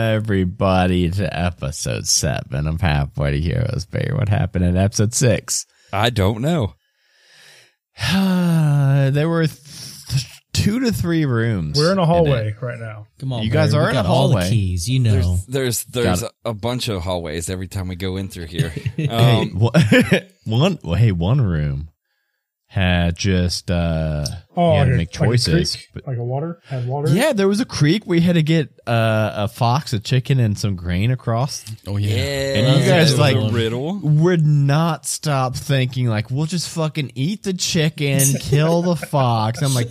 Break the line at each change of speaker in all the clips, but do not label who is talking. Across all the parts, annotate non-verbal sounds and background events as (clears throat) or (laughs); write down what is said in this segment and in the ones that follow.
everybody to episode seven of Halfway to Heroes. Barry, what happened in episode six? (sighs)
I don't know.
there were th- two to three rooms.
We're in a
it.
hallway right now.
Come on,
You guys
Barry,
are
we
in
got
a
all the
hallway.
keys. You know,
There's there's there's
Got
a bunch of hallways every time we go in through here.
(laughs) Hey,
Um,
wha- (laughs) one well, hey, one room had just uh
Oh,
you had
like
to make
a- like a
choices.
creek,
but-
like a water had water.
yeah, there was a creek. We had to get uh, a fox, a chicken, and some grain across.
oh
yeah, (laughs)
And you guys,
it was
like-
a riddle.
would not stop thinking like we'll just fucking eat the chicken, kill the fox. I'm like,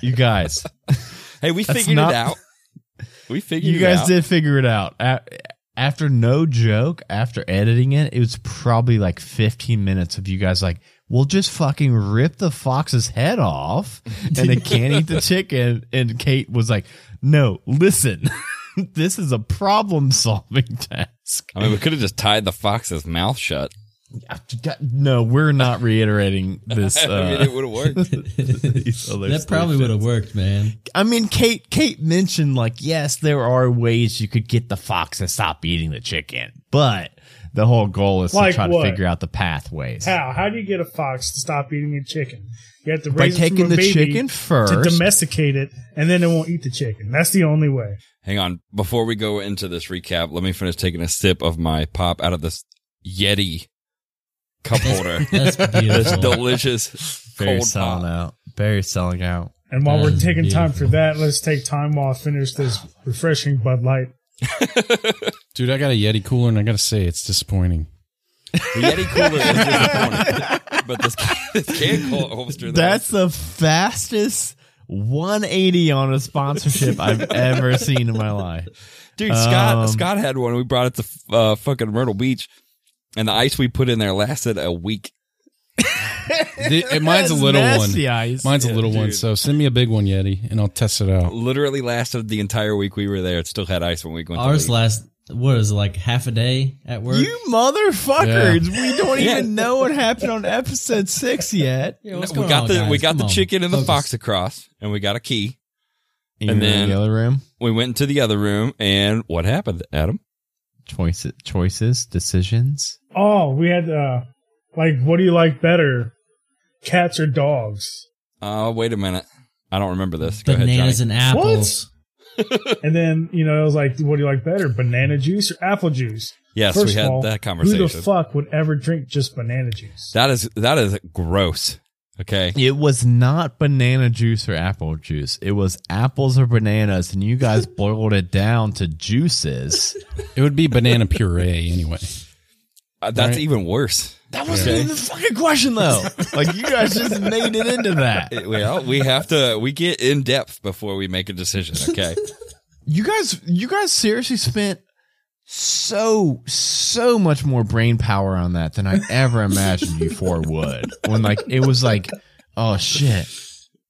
you guys,
Hey, we
That's
figured
not-
it out.
(laughs)
We figured
you
it
guys
out.
did figure it out. A- After no joke, after editing it, it was probably like 15 minutes of you guys like, we'll just fucking rip the fox's head
(laughs)
off and it can't eat the chicken. And Kate was like, no, listen, (laughs) this is a problem solving (laughs) task.
I mean, we could have just tied the fox's mouth shut.
No, we're not reiterating this.
(laughs) (laughs) I mean,
uh,
it would have worked.
(laughs) these other
that probably
solutions.
would have worked, man.
I mean, Kate. Kate mentioned like, yes, there are ways you could get the fox to stop eating the chicken, but the whole goal is
Like
to try
what?
to figure out the pathways.
How? How do you get a fox to stop eating a chicken? You have to
By
raise it from
taking
a
the
baby
chicken first.
to domesticate it, and then it won't eat the chicken. That's the only way.
Hang on, before we go into this recap, let me finish taking a sip of my pop out of this Yeti
(laughs)
cup holder.
That's
this
Oh.
beautiful.
delicious
Barry
cold
selling
pop.
out. Barry selling out.
And while
That
we're
is
taking time for
beautiful.
that, let's take time while I finish this refreshing Bud Light.
Dude, I got a Yeti cooler, and I got to say, it's disappointing.
The Yeti cooler
(laughs)
is disappointing, but this can, this can cold holster. that
That's the fastest 180 on a sponsorship
(laughs)
I've ever seen in my life.
Dude, Scott
Um,
Scott had one. We brought it to uh, fucking Myrtle Beach, and the ice we put in there lasted a week.
The- and mine's a
That's
little
nasty
one.
ice.
Mine's a little one.
dude.
So send me a big one, Yeti, and I'll test it out.
Literally lasted the entire week we were there. It still had ice when we went. to
Ours
leave.
last what is it, like half a day at work?
You motherfuckers! We don't even know what happened on episode six yet.
Yeah, what's
we
going
got
on,
the we
guys?
got
Come
the
on,
chicken and the
focus.
fox across, and we got a key.
You
And
were in
then-
the other room.
We went into the other room, and what happened, Adam?
Choices, choices, decisions.
Oh, we had uh, like, what do you like better, cats or dogs?
Uh, wait a minute. I don't remember this. Go
(laughs) Bananas
ahead,
and apples.
And then you know, it was like, what do you like better, banana juice or apple juice?
Yes,
First
we had
of all,
that
Who
conversation.
the fuck would ever drink just banana juice?
that is that is gross. Okay.
It was not banana juice or apple juice. It was apples or bananas, and you guys (laughs) boiled it down to juices.
It would be banana puree
(laughs)
anyway.
Uh, that's
Right.
even worse.
That wasn't even the fucking question, though. (laughs) Like you guys just made it into that.
It- well, we have to we get in depth before we make a decision.
(laughs)
Okay.
You guys, you guys seriously spent so so much more brain power on that than I ever imagined you
(laughs)
four would. When like it was like, oh shit,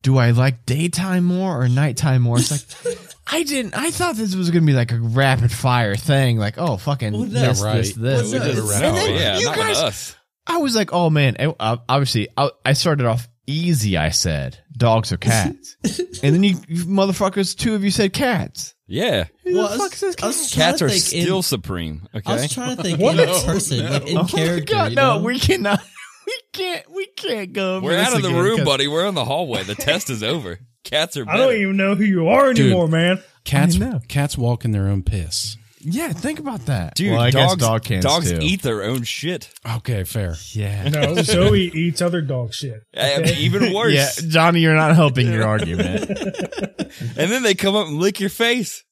do I like daytime more or nighttime more? It's
(laughs)
like. I didn't. I thought this was gonna be like a rapid fire thing. Like, oh, fucking
Well, no.
this,
Yeah, right.
this, this,
Well, no,
this.
it's-
And then
Oh, yeah,
you
not
guys
with us.
I was like, oh man, I- I- obviously, I, I started off easy. I said dogs or
(laughs)
cats, and then you, you motherfuckers, two of you said cats.
Yeah.
Who the
Well, I was-
fuck says
I was trying
Cats
to
are
think in-
still supreme.
I
Okay.
was trying to think
What?
in
No,
person, like in
Oh my
character.
God,
you
no,
know?
we cannot, (laughs) we can't, we can't go. over
We're
this
out of the
again,
room,
'cause
buddy. We're in the hallway. The test is over. Cats are
I
better.
don't even know who you are
Dude.
anymore, man.
Cats,
know.
cats walk in their own piss.
Yeah, think about that,
Dude,
Well, I guess
dogs,
dog cans
dogs
too.
eat their
(laughs)
own shit.
Okay, fair.
(laughs)
Yeah,
No, Zoe eats other dog shit.
I mean, even worse.
yeah, Johnny, you're not helping
(laughs)
your argument.
And then they come up and lick your face.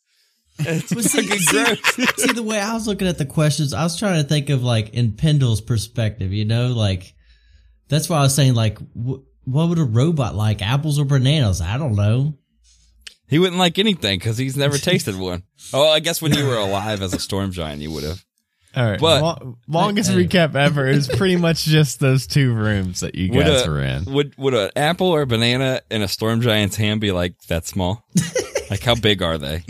It's
But see,
fucking
see,
gross.
see, the way I was looking at the questions, I was trying to think of like in Pendle's perspective, you know, like that's why I was saying like, wh- what would a robot like, apples or bananas? I don't know.
He wouldn't like anything because he's never tasted one. Oh, I guess when you were alive as a storm giant, you would have.
All right,
But-
lo- longest
Hey.
recap ever is pretty much just those two rooms that you
Would
guys
a-
were in.
Would would an apple or a banana in a storm giant's hand be like
(laughs)
that small? like how big are they?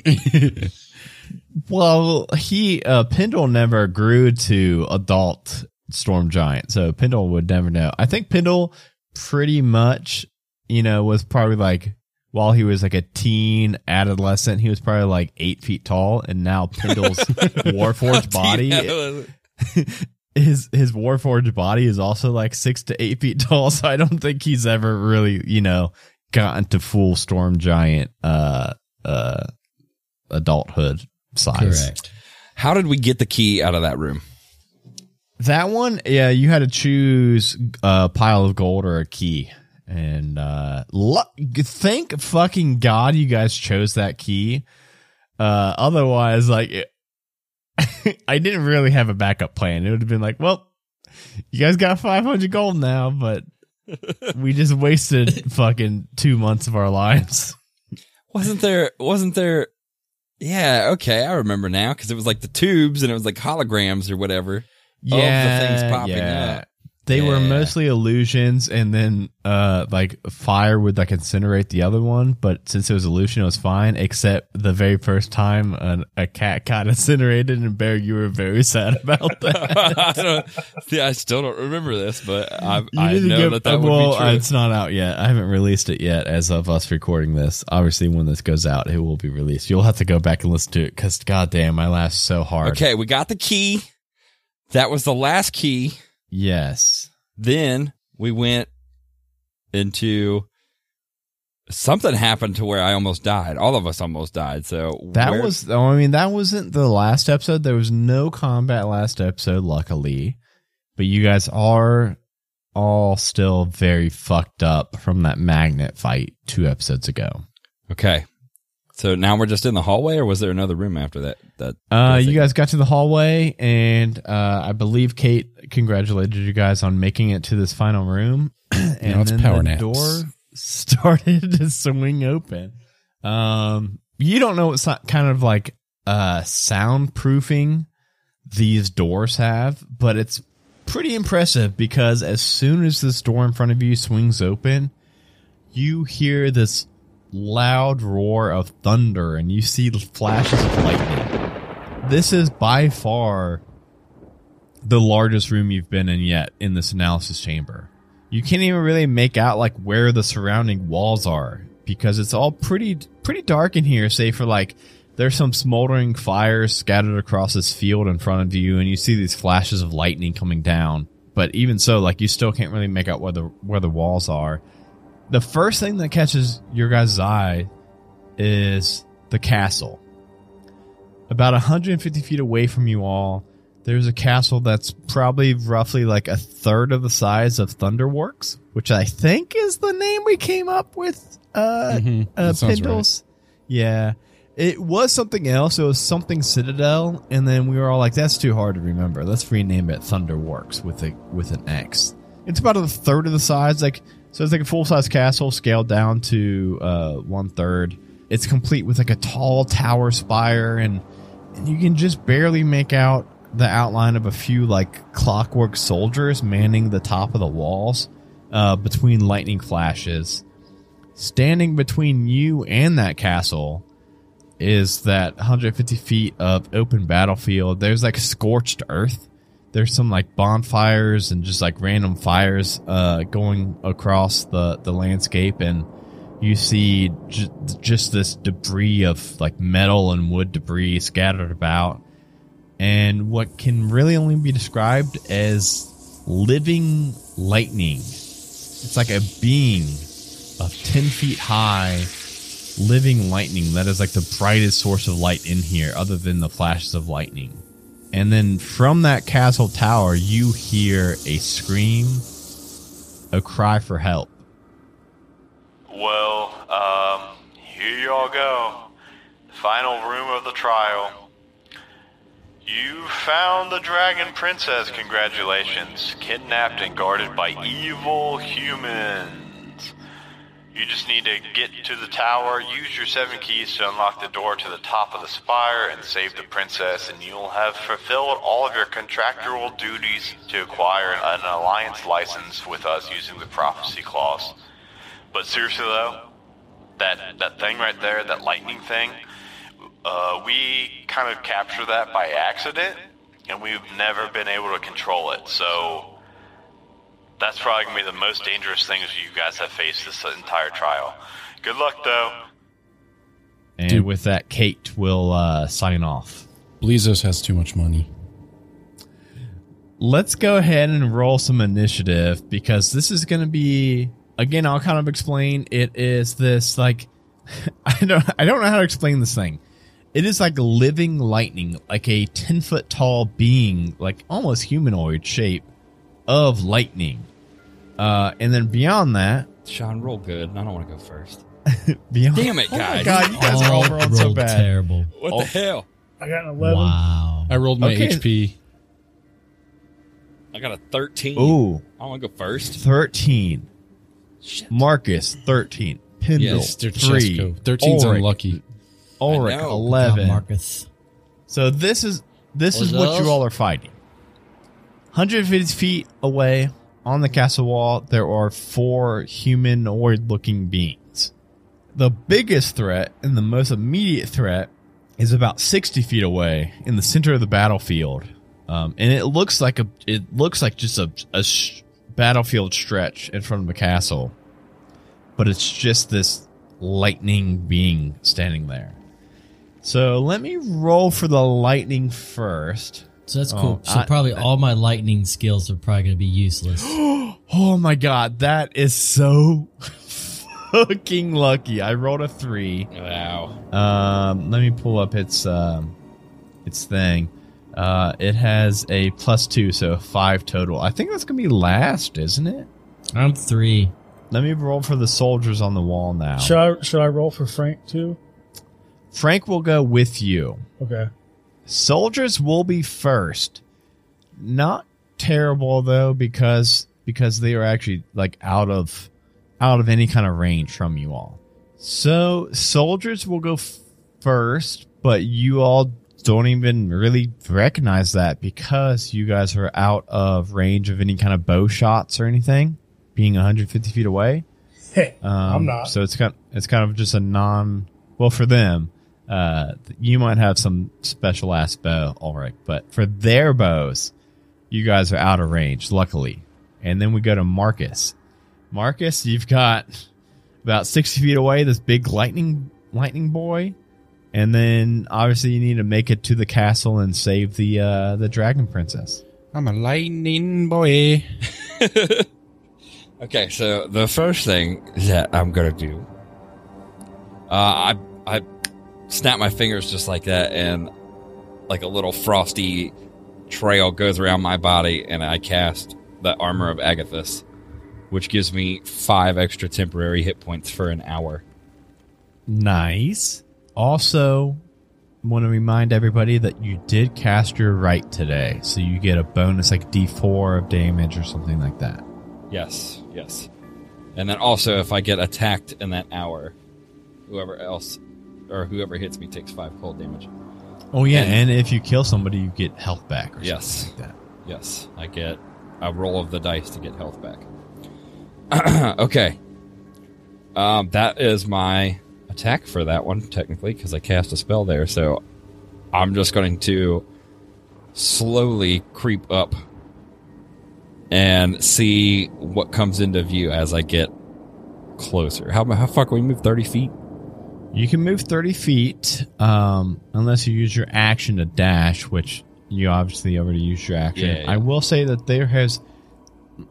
Well, he uh Pendle never grew to adult storm giant, so Pendle would never know. I think Pendle pretty much, you know, was probably like while he was like a teen adolescent, he was probably like eight feet tall, and now Pendle's
(laughs)
Warforged body (laughs) his his Warforged body is also like six to eight feet tall, so I don't think he's ever really, you know, gotten to full storm giant uh uh adulthood size.
Correct.
How did we get the key out of that room?
That one, yeah, you had to choose a pile of gold or a key. And uh lu- thank fucking god you guys chose that key. Uh otherwise like it- (laughs) I didn't really have a backup plan. It would have been like, well, you guys got 500 gold now, but we just wasted fucking 2 months of our lives.
Wasn't there? Wasn't there? Yeah, okay, I remember now because it was like the tubes and it was like holograms or whatever. (laughs) the things popping up.
They were
Yeah.
mostly illusions, and then uh, like fire would like incinerate the other one. But since it was illusion, it was fine. Except the very first time an, a cat got (laughs) incinerated, and Bear, you were very sad about that.
I, don't, yeah, I still don't remember this, but (laughs) I,
You
I
didn't
know
give-
that that would
well,
be true.
uh, it's not out yet. I haven't released it yet. As of us recording this, obviously, when this goes out, it will be released. You'll have to go back and listen to it because, goddamn, I laughed so hard.
okay, we got the key. That was the last key.
Yes.
Then we went into something happened to where I almost died. All of us almost died. So
That
where-
was, oh, I mean, that wasn't the last episode. There was no combat last episode, luckily. But you guys are all still very fucked up from that magnet fight two episodes ago.
okay. So now we're just in the hallway, or was there another room after that? That
Uh,
Yes, I
you guys got to the hallway, and uh, I believe Kate congratulated you guys on making it to this final room. (clears throat) and
Now it's
then
power
the
naps.
door (laughs) started to swing open. Um, you don't know what si- kind of like uh, soundproofing these doors have, but it's pretty impressive because as soon as this door in front of you swings open, you hear this loud roar of thunder and you see the flashes of lightning. This is by far the largest room you've been in yet in this analysis chamber. You can't even really make out like where the surrounding walls are because it's all pretty pretty dark in here save for like there's some smoldering fires scattered across this field in front of you and you see these flashes of lightning coming down. But even so like you still can't really make out where the where the walls are the first thing that catches your guys' eye is the castle. About 150 feet away from you all, there's a castle that's probably roughly like a third of the size of Thunderworks, which I think is the name we came up with. Uh,
Mhm.
uh,
That sounds right.
Pindles. Yeah. It was something else. It was something Citadel, and then we were all like, "That's too hard to remember. Let's rename it Thunderworks with a with an X." It's about a third of the size, like so. It's like a full size castle scaled down to uh, one third. It's complete with like a tall tower spire, and and you can just barely make out the outline of a few like clockwork soldiers manning the top of the walls uh, between lightning flashes standing between you and that castle is that 150 feet of open battlefield. There's like scorched earth. There's some like bonfires and just like random fires uh, going across the, the landscape, and you see j- just this debris of like metal and wood debris scattered about, and what can really only be described as living lightning. It's like a being of 10 feet high living lightning that is like the brightest source of light in here other than the flashes of lightning and then from that castle tower you hear a scream a cry for help
Well, um, here you all go. The final room of the trial. You found the Dragon Princess, congratulations. Kidnapped and guarded by evil humans. You just need to get to the tower, use your seven keys to unlock the door to the top of the spire, and save the princess, and you'll have fulfilled all of your contractual duties to acquire an alliance license with us using the prophecy clause. But seriously though, that that thing right there, that lightning thing, uh, we kind of captured that by accident, and we've never been able to control it. So That's probably going to be the most dangerous things you guys have faced this entire trial. Good luck, though.
And
Dude.
with that, Kate will uh, sign off.
Blizos has too much money.
Let's go ahead and roll some initiative because this is going to be again. I'll kind of explain. It is this like (laughs) I don't I don't know how to explain this thing. It is like living lightning, like a ten foot tall being, like almost humanoid shape of lightning. Uh, and then beyond that,
Sean, roll good. I don't want to go first.
beyond
Damn it,
(laughs) Oh my (laughs)
guys.
God, you guys are all
All
rolled so
rolled
bad.
terrible.
What
Oh.
the hell?
I got an 11.
Wow.
I rolled my
Okay.
HP.
I got a 13.
Ooh,
I don't want to go first.
thirteen.
Shit.
Marcus, 13. Pindle,
Yes,
Mr.
3.
Chesko. 13's
Ulrich,
unlucky.
Ulrich,
I know.
God,
11.
Marcus.
So this is this is what
What's
you
up?
all are fighting. 150 feet away on the castle wall, there are four humanoid looking beings. The biggest threat and the most immediate threat is about 60 feet away in the center of the battlefield. Um, and it looks like a it looks like just a, a sh- battlefield stretch in front of a castle. But it's just this lightning being standing there. So let me roll for the lightning first.
So that's
Oh,
cool. so
I-
probably all my lightning skills are probably going to be useless.
Oh my god, that is so (laughs) fucking lucky. I rolled a three.
Wow.
Um, let me pull up its um, its thing. Uh, it has a plus two, so five total. I think that's gonna be last, isn't it?
I'm three.
Let me roll for the soldiers on the wall now.
Should I should I roll for Frank too?
Frank will go with you.
Okay.
Soldiers will be first. Not terrible though, because because they are actually like out of out of any kind of range from you all. So soldiers will go f- first, but you all don't even really recognize that because you guys are out of range of any kind of bow shots or anything, being 150 feet away.
Hey,
Uh,
Um,
I'm not.
So it's kind it's kind of just a non. Well, for them, uh, you might have some special ass bow, Ulrich, but for their bows, you guys are out of range. Luckily, and then we go to Marcus. Marcus, you've got about sixty feet away this big lightning lightning boy, and then obviously you need to make it to the castle and save the uh, the dragon princess.
I'm a lightning boy.
Okay, so the first thing that I'm gonna do, uh, I I snap my fingers just like that, and like a little frosty trail goes around my body, and I cast the armor of Agathis, which gives me five extra temporary hit points for an hour.
Nice. Also, want to remind everybody that you did cast your right today, so you get a bonus like D4 of damage or something like that.
Yes, yes. And then also, if I get attacked in that hour, whoever else or whoever hits me takes five cold damage.
Oh yeah, and,
And-
if you kill somebody, you get health back. Or
Yes.
something like that.
Yes, I get a roll of the dice to get health back. (clears throat) okay. Um, that is my attack for that one, technically, because I cast a spell there. So I'm just going to slowly creep up and see what comes into view as I get closer. How, how far can we move? 30 feet?
You can move 30 feet um, unless you use your action to dash, which you obviously already used your action.
Yeah, yeah.
I will say that there has.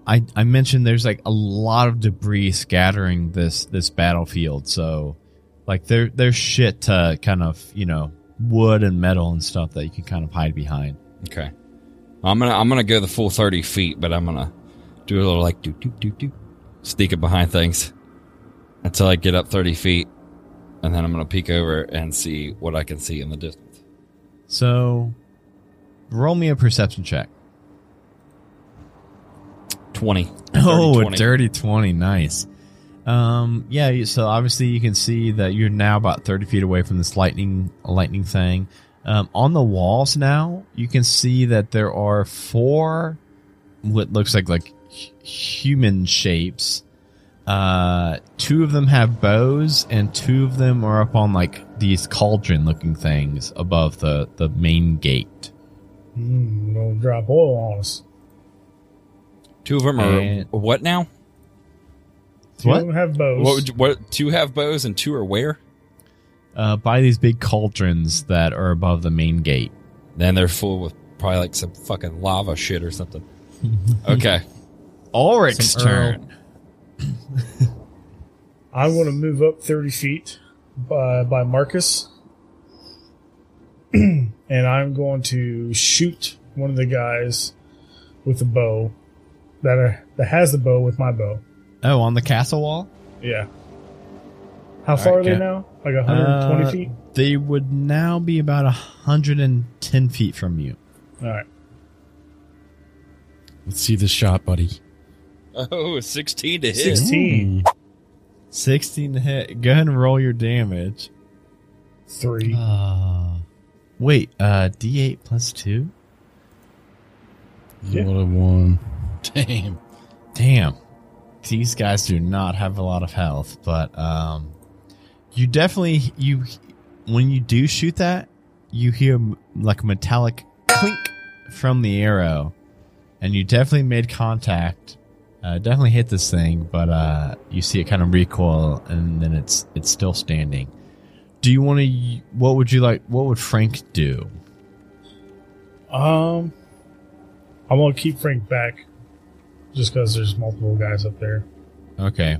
I, I mentioned there's like a lot of debris scattering this this battlefield, so like there there's shit to kind of you know wood and metal and stuff that you can kind of hide behind.
Okay. I'm gonna I'm gonna go the full thirty feet, but I'm gonna do a little like do do do do, sneak it behind things until I get up thirty feet, and then I'm gonna peek over and see what I can see in the distance.
So, roll me a perception check.
Twenty.
Oh,
30, 20.
a dirty 20. Nice. Um, yeah, you- so obviously you can see that you're now about 30 feet away from this lightning lightning thing. Um, on the walls now, you can see that there are four what looks like like hu- human shapes. Uh, two of them have bows and two of them are up on like these cauldron looking things above the the main gate.
Mm, don't drop oil on us.
Two of them are
And-
what now?
Two
What?
of them have bows.
What, would you, what? Two have bows and two are where?
Uh, by these big cauldrons that are above the main gate.
Then they're full with probably like some fucking lava shit
(laughs)
or something. okay.
Ulrich's
Some Earl.
turn.
I want to move up 30 feet by, by Marcus. (clears throat) and I'm going to shoot one of the guys with a bow that, are, that has the bow with my bow.
Oh, on the castle wall?
Yeah. How far are
right,
they
yeah.
now? Like 120
Uh,
feet?
They would now be about 110 feet from you.
All right.
Let's see this shot, buddy.
Oh, 16 to hit.
16.
16 to hit. Go ahead and roll your damage.
3.
Ah.
Wait, uh, D8 plus 2?
Yeah.
What a one. Damn.
Damn. These guys do not have a lot of health, but, um, you definitely, you, when you do shoot that, you hear m- like a metallic clink from the arrow, and you definitely made contact. Uh, definitely hit this thing, but, uh, you see it kind of recoil, and then it's, it's still standing. Do you want to, what would you like, what would Frank do?
Um, I'm going to keep Frank back just because there's multiple guys up there.
Okay.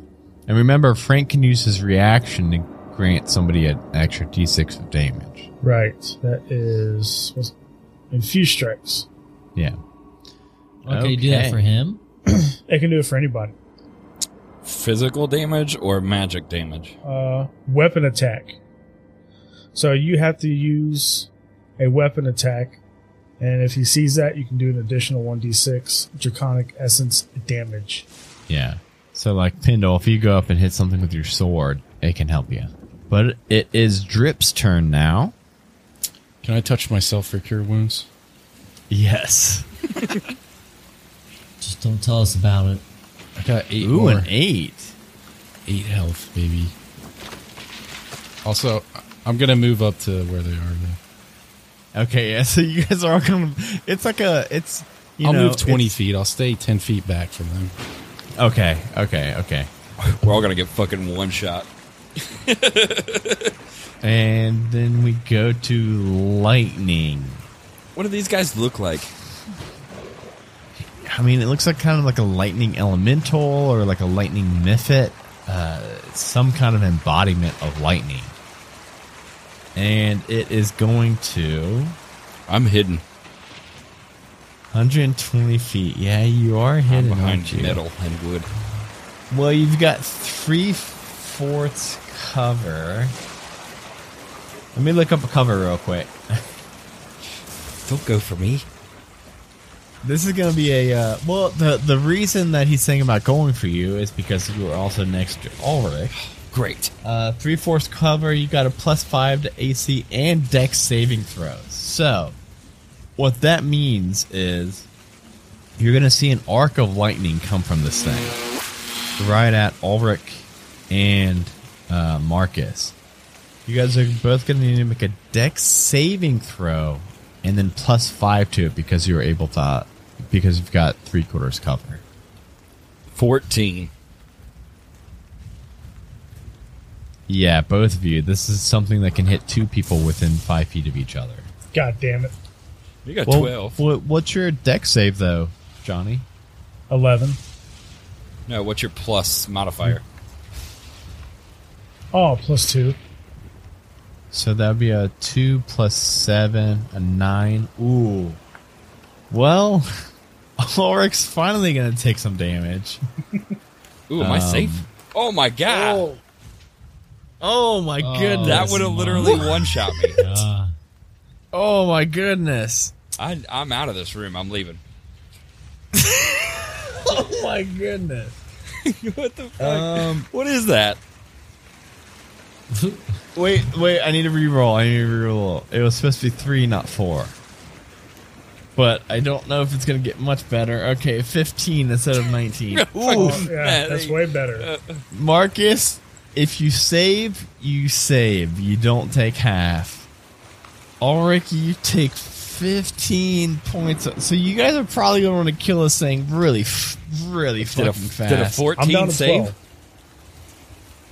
And remember, Frank can use his reaction to grant somebody an extra d6 of damage.
Right. That is. What's, infuse strikes.
Yeah.
Okay, you do that
Okay.
for him.
I can do it for anybody.
Physical damage or magic damage?
uh, weapon attack. So you have to use a weapon attack, and if he sees that, you can do an additional 1d6 draconic essence damage.
Yeah. So, like, Pindle, if you go up and hit something with your sword, it can help you. But it is Drip's turn now.
Can I touch myself for cure wounds?
Yes.
Just don't tell us about it.
I got eight
Ooh,
more.
an eight.
Eight health, baby. Also, I- I'm gonna move up to where they are. Though.
Okay, yeah. So you guys are all kind of. It's like a. It's. You
I'll
know,
move twenty
it's-
feet. I'll stay ten feet back from them.
Okay. Okay. Okay.
We're all going to get fucking one shot.
And then we go to lightning.
What do these guys look like?
I mean, it looks like kind of like a lightning elemental or like a lightning miffit, uh, some kind of embodiment of lightning. And it is going to
I'm hidden.
120 feet. Yeah, you are hidden.
I'm behind
aren't you?
metal and wood.
Well, you've got three fourths cover. Let me look up a cover real quick.
Don't go for me.
This is going to be a uh, well. The the reason that he's saying about going for you is because you are also next to Ulrich.
Great.
Uh, three fourths cover. You got a plus five to AC and Dex saving throws. So, what that means is you're going to see an arc of lightning come from this thing, right at Ulrich and uh, Marcus. You guys are both going to need to make a Dex saving throw, and then plus five to it because you were able to, because you've got three quarters cover.
14.
Yeah, both of you. This is something that can hit two people within five feet of each other.
God damn it.
You got
Well,
12.
What, what's your deck save though, Johnny?
11.
No, what's your plus modifier?
Oh, plus 2.
So that'd be a two plus seven, a nine. Ooh. Well, (laughs) Ulrich's finally gonna take some damage.
Ooh, am I
Um,
safe? Oh my god.
Oh my goodness!
that would have literally one shot me.
(laughs)
Uh,
Oh my goodness!
I, I'm out of this room. I'm leaving. (laughs)
Oh my goodness!
what the fuck?
Um,
what is that?
wait, wait! I need to reroll. I need to reroll. It was supposed to be three, not four. But I don't know if it's gonna get much better. Okay, fifteen instead of
(laughs)
nineteen. Ooh.
Oh, yeah,
man,
that's
they-
way
uh,
better.
Marcus, if you save, you save. You don't take half. Ulrich, you take 15 points. So you guys are probably going to want to kill this thing really, f- really
Did
fucking
a,
fast.
did a
I'm
14
down to
save?
12.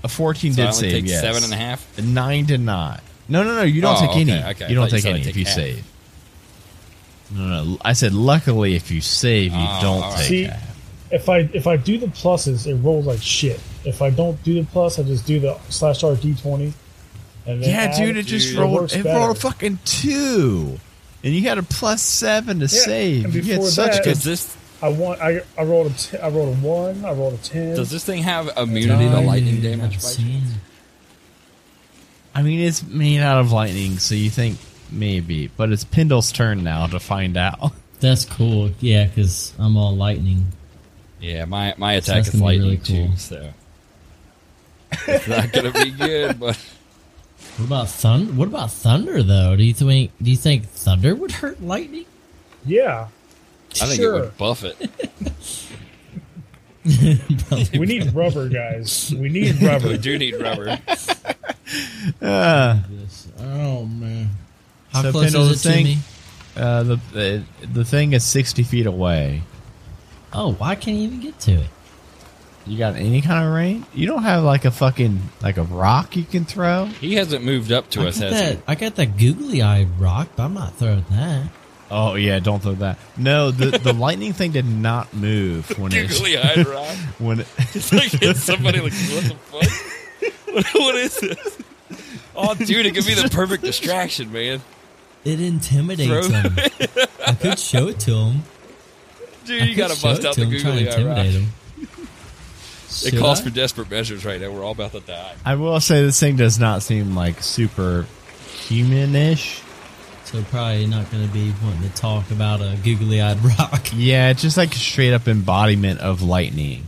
A 14
So I
did
only
save,
take
yes.
seven and a half?
A Nine did not. No, no, no. You don't
Oh,
take any.
okay, okay. I
You don't
thought
take
you said I
any
take
if you
half.
save. No, no, no. I said luckily if you save, you
Oh,
don't
all right.
take
See,
half.
if I if I do the pluses, it rolls like shit. If I don't do the plus, I just do the slash r d twenty. And then
Yeah,
add
dude, it just
Dude, it
rolled.
works
It
better.
rolled a fucking two, and you had a plus seven to
and
save. You had
before
such
that-
good.
Does this
I want. I, I rolled a. T- I rolled a one. I rolled a ten.
does this thing have immunity to lightning damage? by chance?
I mean, it's made out of lightning, so you think maybe, but it's Pindle's turn now to find out. (laughs)
That's cool. Yeah, because I'm all lightning.
Yeah, my my
So
attack
that's
is
gonna be
lightning
really cool.
too, so it's not gonna be good. But
What about thunder? What about thunder though? Do you think do you think thunder would hurt lightning?
(laughs)
yeah,
I think
sure.
it would buff it.
we need rubber, guys.
(laughs)
We need rubber.
We do need rubber.
Oh man. How
So,
close
Pendle,
is it
the
to
thing-
me?
Uh, the, the the thing is sixty feet away.
Oh, why can't you even get to it?
You got any kind of range? You don't have like a fucking like a rock you can throw.
He hasn't moved up to
I
us,
got
has
that I got that googly eyed rock, but I'm not throwing that.
Oh yeah, don't throw that. No, the
(laughs)
the lightning thing did not move when
he?
it
Googly eyed
(laughs)
rock.
when (laughs) it.
It's like it's somebody like what the fuck? What, what is this? Oh, dude, it could be the perfect distraction, man.
It intimidates
Throw-
him. I could show it to him.
Dude, (laughs)
I
you
could
gotta
show
bust
it
out
to
the
him, try to
googly eye rock.
intimidate him.
It
Should
calls
I?
for desperate measures right now. We're all about to die.
I will say this thing does not seem like super humanish.
So probably not going to be wanting to talk about a googly-eyed rock. (laughs)
Yeah, it's just like straight up embodiment of lightning.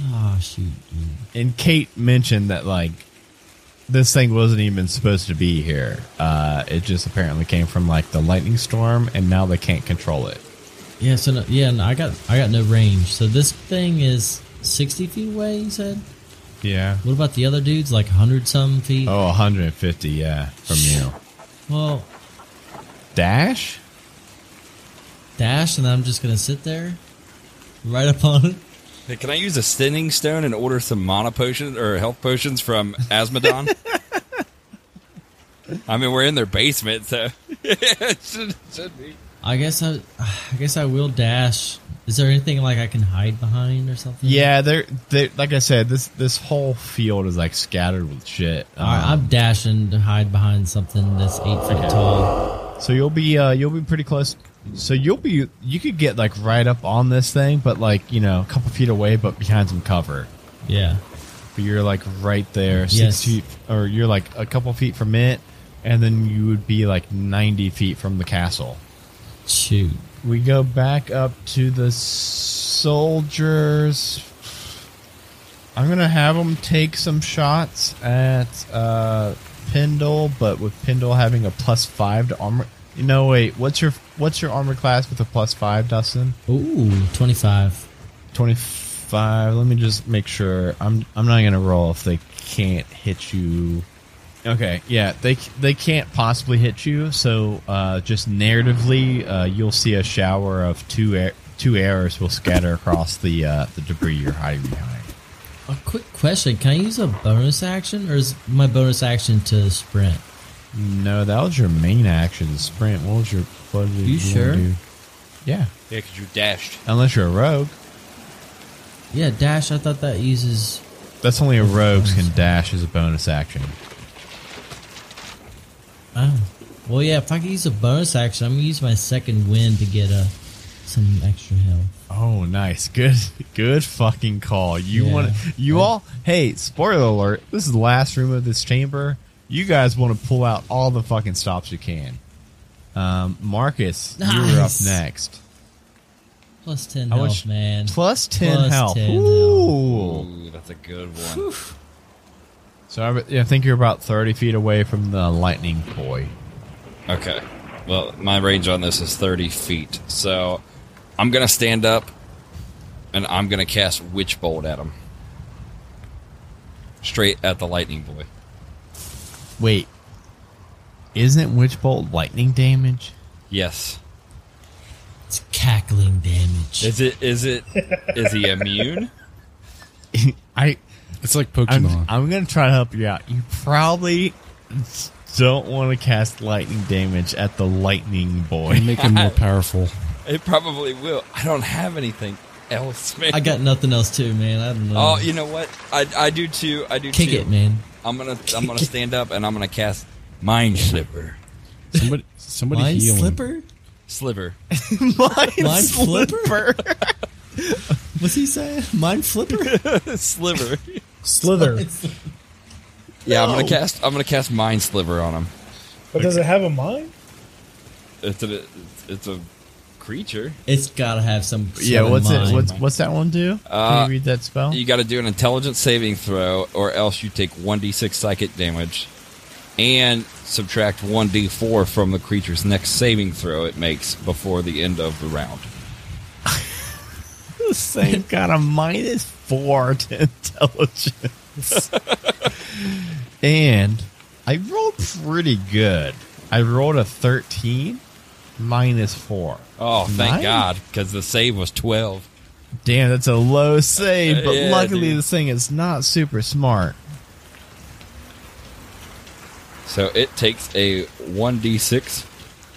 Oh shoot!
And Kate mentioned that like this thing wasn't even supposed to be here. Uh, it just apparently came from like the lightning storm, and now they can't control it.
Yeah. So no, yeah, no, I got I got no range. So this thing is sixty feet away. You said.
Yeah.
What about the other dudes? Like hundred some feet.
Oh, 150, yeah, from you.
Well,
Dash?
dash, and I'm just going to sit there, right up on it.
Hey, can I use a stinning stone and order some mana potions or health potions from Asmodon? I mean, we're in their basement, so it should, should be.
I guess I, I guess I will dash. Is there anything like I can hide behind or something?
Yeah, they're, they like I said, this this whole field is like scattered with shit.
All right, I'm dashing to hide behind something that's eight feet tall.
So you'll be uh, you'll be pretty close. So you'll be you could get like right up on this thing, but like you know a couple feet away, but behind some cover.
Yeah.
But you're like right there, six
Yes.
feet, or you're like a couple feet from it, and then you would be like ninety feet from the castle.
Shoot.
We go back up to the soldiers. I'm gonna have them take some shots at uh, Pendle, but with Pendle having a plus five to armor. No, wait. What's your what's your armor class with a plus five, Dustin?
Ooh, 25.
Twenty five. Let me just make sure. I'm I'm not gonna roll if they can't hit you. Okay, yeah, they they can't possibly hit you. So uh, just narratively, uh, you'll see a shower of two air, two arrows will scatter across the uh, the debris you're hiding behind.
A quick question. Can I use a bonus action or is my bonus action to sprint?
No, that was your main action, sprint. What was your what did
You
wanna
sure?
do? Yeah,
Yeah, because you dashed.
unless you're a rogue.
Yeah, dash, I thought that uses.
That's only a rogues can dash as a bonus action.
Oh. Well, yeah, if I could use a bonus action, I'm going to use my second win to get uh, some extra health.
Oh, nice. Good good fucking call. You
Yeah.
want you all Hey, spoiler alert. This is the last room of this chamber. You guys want to pull out all the fucking stops you can. Um, Marcus, you're up
Nice.
next.
Plus 10
How
health,
much-
man.
Plus 10
Plus
health.
10 health.
Ooh.
Ooh, that's a good one.
So I, yeah, I think you're about 30 feet away from the lightning boy.
Okay. Well, my range on this is 30 feet, so I'm going to stand up and I'm going to cast Witch Bolt at him. Straight at the lightning boy.
Wait. Isn't Witch Bolt lightning damage? (laughs)
Yes.
It's cackling damage.
Is it? Is it? is he immune?
I
It's like
I'm,
Pokemon.
I'm gonna try to help you out. You probably s- don't want to cast lightning damage at the lightning
and
boy.
make him
(laughs)
more powerful.
It probably will. I don't have anything else, man.
I got nothing else too, man. I don't know.
Oh, you know what? I, I do too. I do
Kick
too.
it, man.
I'm gonna I'm gonna stand up and I'm gonna cast Mind Slipper.
Somebody, somebody
Mind
heal him.
slipper?
Sliver.
(laughs) Mind,
Mind
slipper.
What's he saying? (laughs)
(laughs)
Mind flipper?
(laughs) Sliver.
Slither.
(laughs) Yeah, I'm gonna cast I'm gonna cast Mind Sliver on him.
But does it have a mind?
It's a it's a creature.
it's gotta have some. sort
yeah,
of
what's it?
mind.
What's what's that one do?
Uh,
Can you read that spell?
You got to do an intelligence saving throw, or else you take 1d6 psychic damage, and subtract 1d4 from the creature's next saving throw it makes before the end of the round.
this thing got a minus four to (laughs) intelligence. and I rolled pretty good. I rolled a 13 minus four.
Oh, thank
Nice.
God, because the save was 12.
Damn, that's a low save, but
Uh, Yeah,
luckily
dude.
this thing is not super smart.
So it takes a 1d6,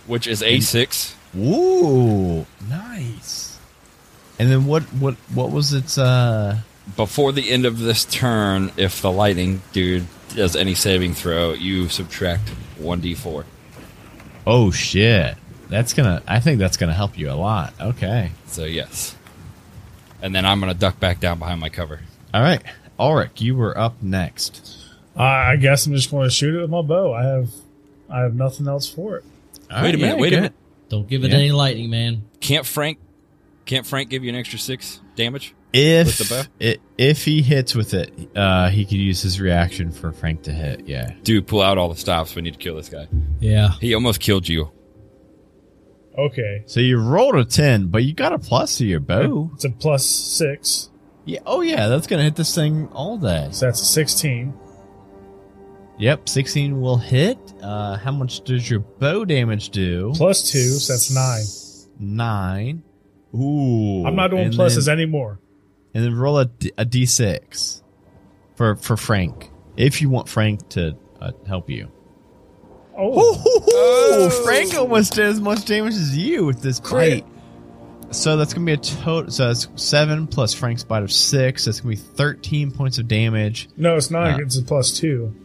which is a 6.
Ooh, nice. And then what what what was its uh
Before the end of this turn, if the lightning dude does any saving throw, you subtract 1d4.
Oh shit. That's gonna I think that's gonna help you a lot. Okay.
So, yes. And then I'm going to duck back down behind my cover.
All right. Ulrich, you were up next.
I I guess I'm just going to shoot it with my bow. I have, I have nothing else for it.
All
Wait a
right,
minute,
yeah,
wait a
good.
minute.
Don't give it
Yeah.
any lightning, man.
Can't Frank? Can't Frank give you an extra six damage?
If
With the bow?
i- if he hits with it, uh, he could use his reaction for Frank to hit. Yeah.
Dude, pull out all the stops. We need to kill this guy.
Yeah.
He almost killed you.
Okay,
So you rolled a ten, but you got a plus to your bow.
Hmm.
it's a plus six,
Yeah. Oh yeah, that's gonna hit this thing all day.
so that's a sixteen.
Yep, sixteen will hit. Uh, how much does your bow damage do?
Plus two, so that's nine.
Nine. Ooh.
I'm not doing
and
pluses
Then,
anymore.
and then roll a, d- a d6 for for Frank if you want Frank to uh, help you.
Oh,
Oh, Frank almost did as much damage as you with this bite. So that's gonna be a total. So that's seven plus Frank's bite of six. That's gonna be thirteen points of damage.
no, it's
Nah.
not. It's a plus two.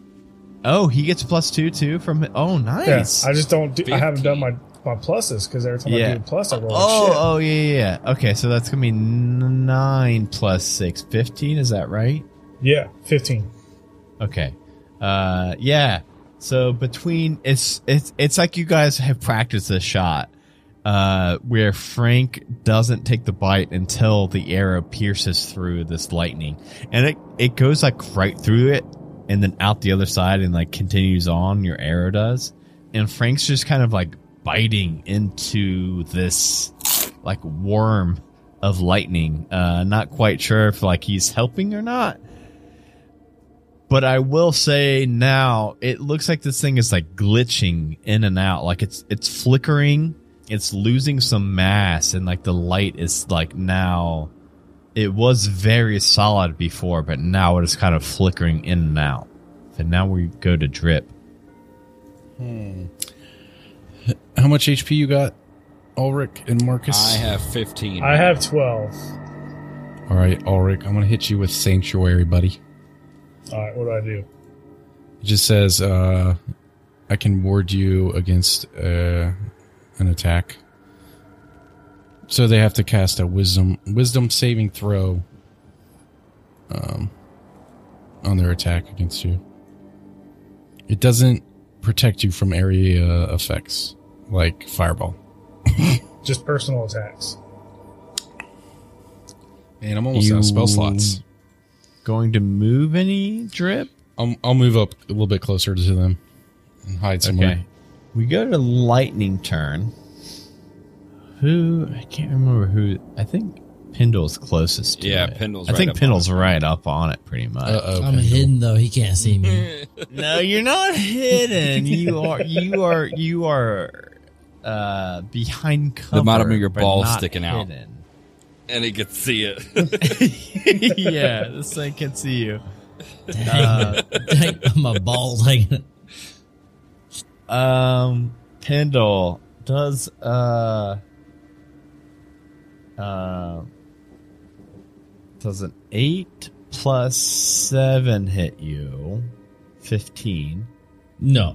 Oh, he gets plus two too from. Oh, nice.
Yeah, I just don't. Do, I haven't done my my pluses because every time I
Yeah.
do a plus, I roll.
oh,
like shit.
oh yeah, yeah. yeah. Okay, so that's gonna be n- nine plus six. Fifteen. Is that right?
yeah, fifteen.
Okay. Uh, yeah. So between it's it's it's like you guys have practiced this shot, uh, where Frank doesn't take the bite until the arrow pierces through this lightning, and it it goes like right through it, and then out the other side, and like continues on. Your arrow does, and Frank's just kind of like biting into this like worm of lightning. Uh, not quite sure if like he's helping or not, but I will say now it looks like this thing is like glitching in and out. Like it's it's flickering, it's losing some mass, and like the light is like now it was very solid before, but now it is kind of flickering in and out. And now we go to drip.
How much HP you got, Ulrich and Marcus?
I have fifteen.
I have twelve.
All right, Ulrich, I'm gonna hit you with Sanctuary, buddy.
All right, what do I do?
It just says uh, I can ward you against uh, an attack. So they have to cast a wisdom wisdom saving throw um, on their attack against you. It doesn't protect you from area uh, effects like fireball.
Just personal attacks.
Man, I'm almost out
You-
of spell slots.
Going to move any drip?
I'll, I'll move up a little bit closer to them and hide somewhere.
Okay. We go to lightning turn. Who I can't remember who I think Pindle's closest to
Yeah,
it.
Pindle's
I
right
think
up on
Pindle's right up on it pretty much. (laughs)
Uh oh.
I'm hidden though. He can't see me.
No, you're not hidden. You are you are you are uh, behind cover.
bottom of your
but
ball's
not
sticking out.
hidden. (laughs)
and he could see
(laughs)
it.
yeah, this thing can see you.
Dang. (laughs) Dang, my balls hanging.
Um, Pendle does uh, uh, does an eight plus seven hit you? Fifteen.
(laughs) No,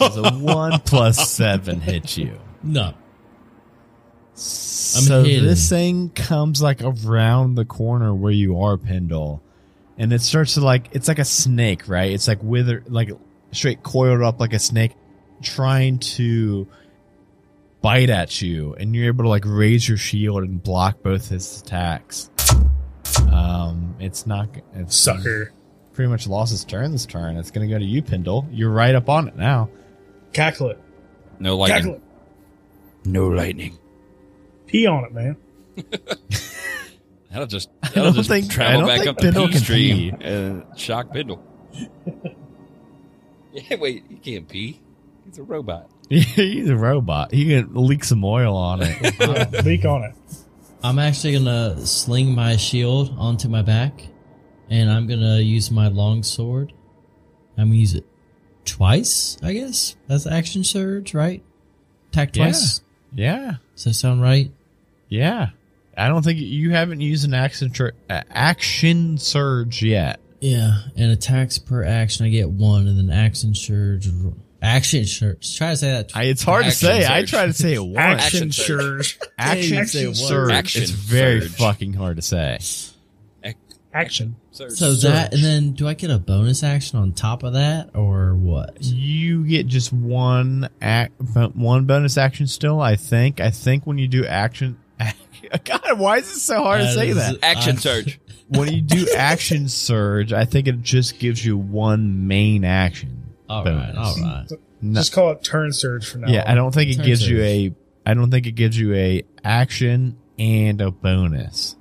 Does a one plus seven hit you?
no.
so
hidden.
this thing comes like around the corner where you are, Pendle, and it starts to like it's like a snake, right? It's like wither, like straight coiled up like a snake, trying to bite at you, and you're able to like raise your shield and block both his attacks. Um, it's not it's
Sucker.
Pretty much lost its turn this turn. It's gonna go to you, Pendle. You're right up on it now. (laughs)
Cackle it.
no
Cackle
lightning.
it.
No lightning.
Pee on it, man.
That'll just that'll just
think- I
travel
don't
back
think
up the
Bindle
pee
can
stream and shock Bindle. (laughs) yeah, wait, he can't pee. He's a robot.
He's a robot. He can leak some oil on it.
Leak on it.
I'm actually gonna sling my shield onto my back, and I'm gonna use my long sword. I'm gonna use it twice, I guess. That's action surge, right? Attack
Yeah.
twice.
yeah.
Does that sound right?
Yeah. I don't think you haven't used an action tr- uh, action surge yet.
Yeah, and attacks per action, I get one, and then action surge, action surge. Try to say that.
I, it's hard to
Action
say. I
surge.
try to say it once. (laughs) Action,
Action
Action sure.
surge.
Action
Action
it's very
surge.
fucking hard to say.
(laughs) Action.
Surge.
so that, and then do I get a bonus action on top of that, or what?
You get just one ac- bo- one bonus action still. I think. I think when you do action, (laughs) God, why is it so hard to
That
say
is-
that?
action
I-
surge.
When you do action surge, I think it just gives you one main action.
All right,
bonus.
all right.
No-
Just call it turn surge for now.
Yeah, I don't think it
Turn
gives you
surge.
a. I don't think it gives you a action and a bonus.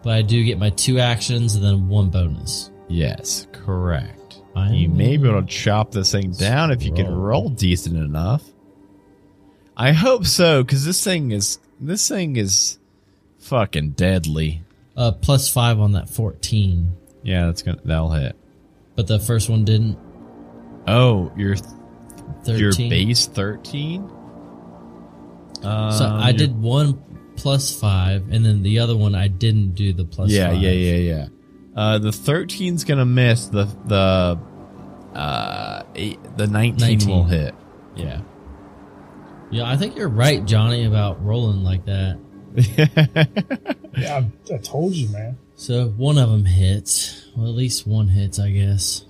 But I do get my two actions and then one bonus.
Yes, correct.
I
You may be able
will
to chop this thing down if you can
Roll.
roll decent enough. I hope so, because this thing is this thing is fucking deadly.
Uh, plus five on that 14,
Yeah, that's gonna that'll hit.
but the first one didn't.
Oh, your
13.
your base thirteen. Um,
So I did one plus five, and then the other one I didn't do the plus
yeah,
five.
yeah, yeah, yeah. Uh, the 13's gonna miss. The the uh eight, the 19,
19.
will hit. (laughs) Yeah.
Yeah, I think you're right, Johnny, about rolling like that.
Yeah, I, I told you, man.
So if one of them hits. Well, at least one hits, I guess.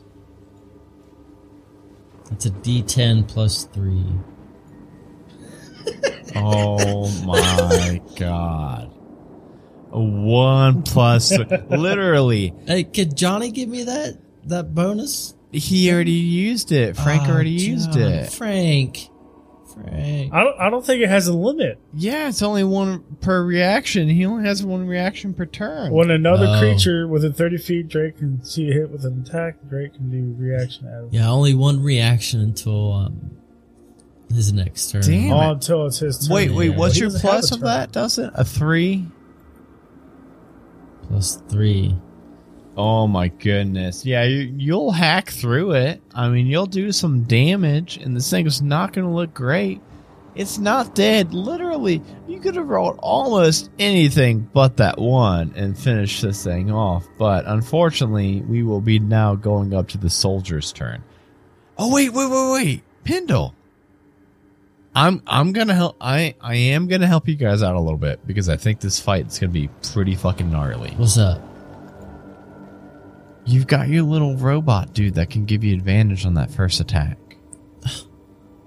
That's a D10 plus three.
oh my god. A One plus literally.
Hey, could Johnny give me that that bonus?
He already used it. Frank
Oh,
already used
John,
it.
Frank. Frank.
I don't, I don't think it has a limit.
Yeah, it's only one per reaction. He only has one reaction per turn.
When another
Oh.
creature within 30 feet, Drake can see a hit with an attack. Drake can do reaction at
Yeah, only one reaction until um, his next turn.
Damn.
Oh, until it's his turn.
Wait, wait,
Yeah.
what's
He
your
doesn't have
plus
a
of
turn.
that, Dustin? A three?
Plus three.
Oh my goodness. Yeah, you, you'll hack through it. I mean, you'll do some damage, and this thing is not going to look great. It's not dead. Literally, you could have rolled almost anything but that one and finished this thing off. But unfortunately, we will be now going up to the soldier's turn. Oh wait, wait, wait, wait, Pindle. I'm I'm gonna help. I I am gonna help you guys out a little bit because I think this fight is gonna be pretty fucking gnarly.
What's up?
You've got your little robot dude that can give you advantage on that first attack.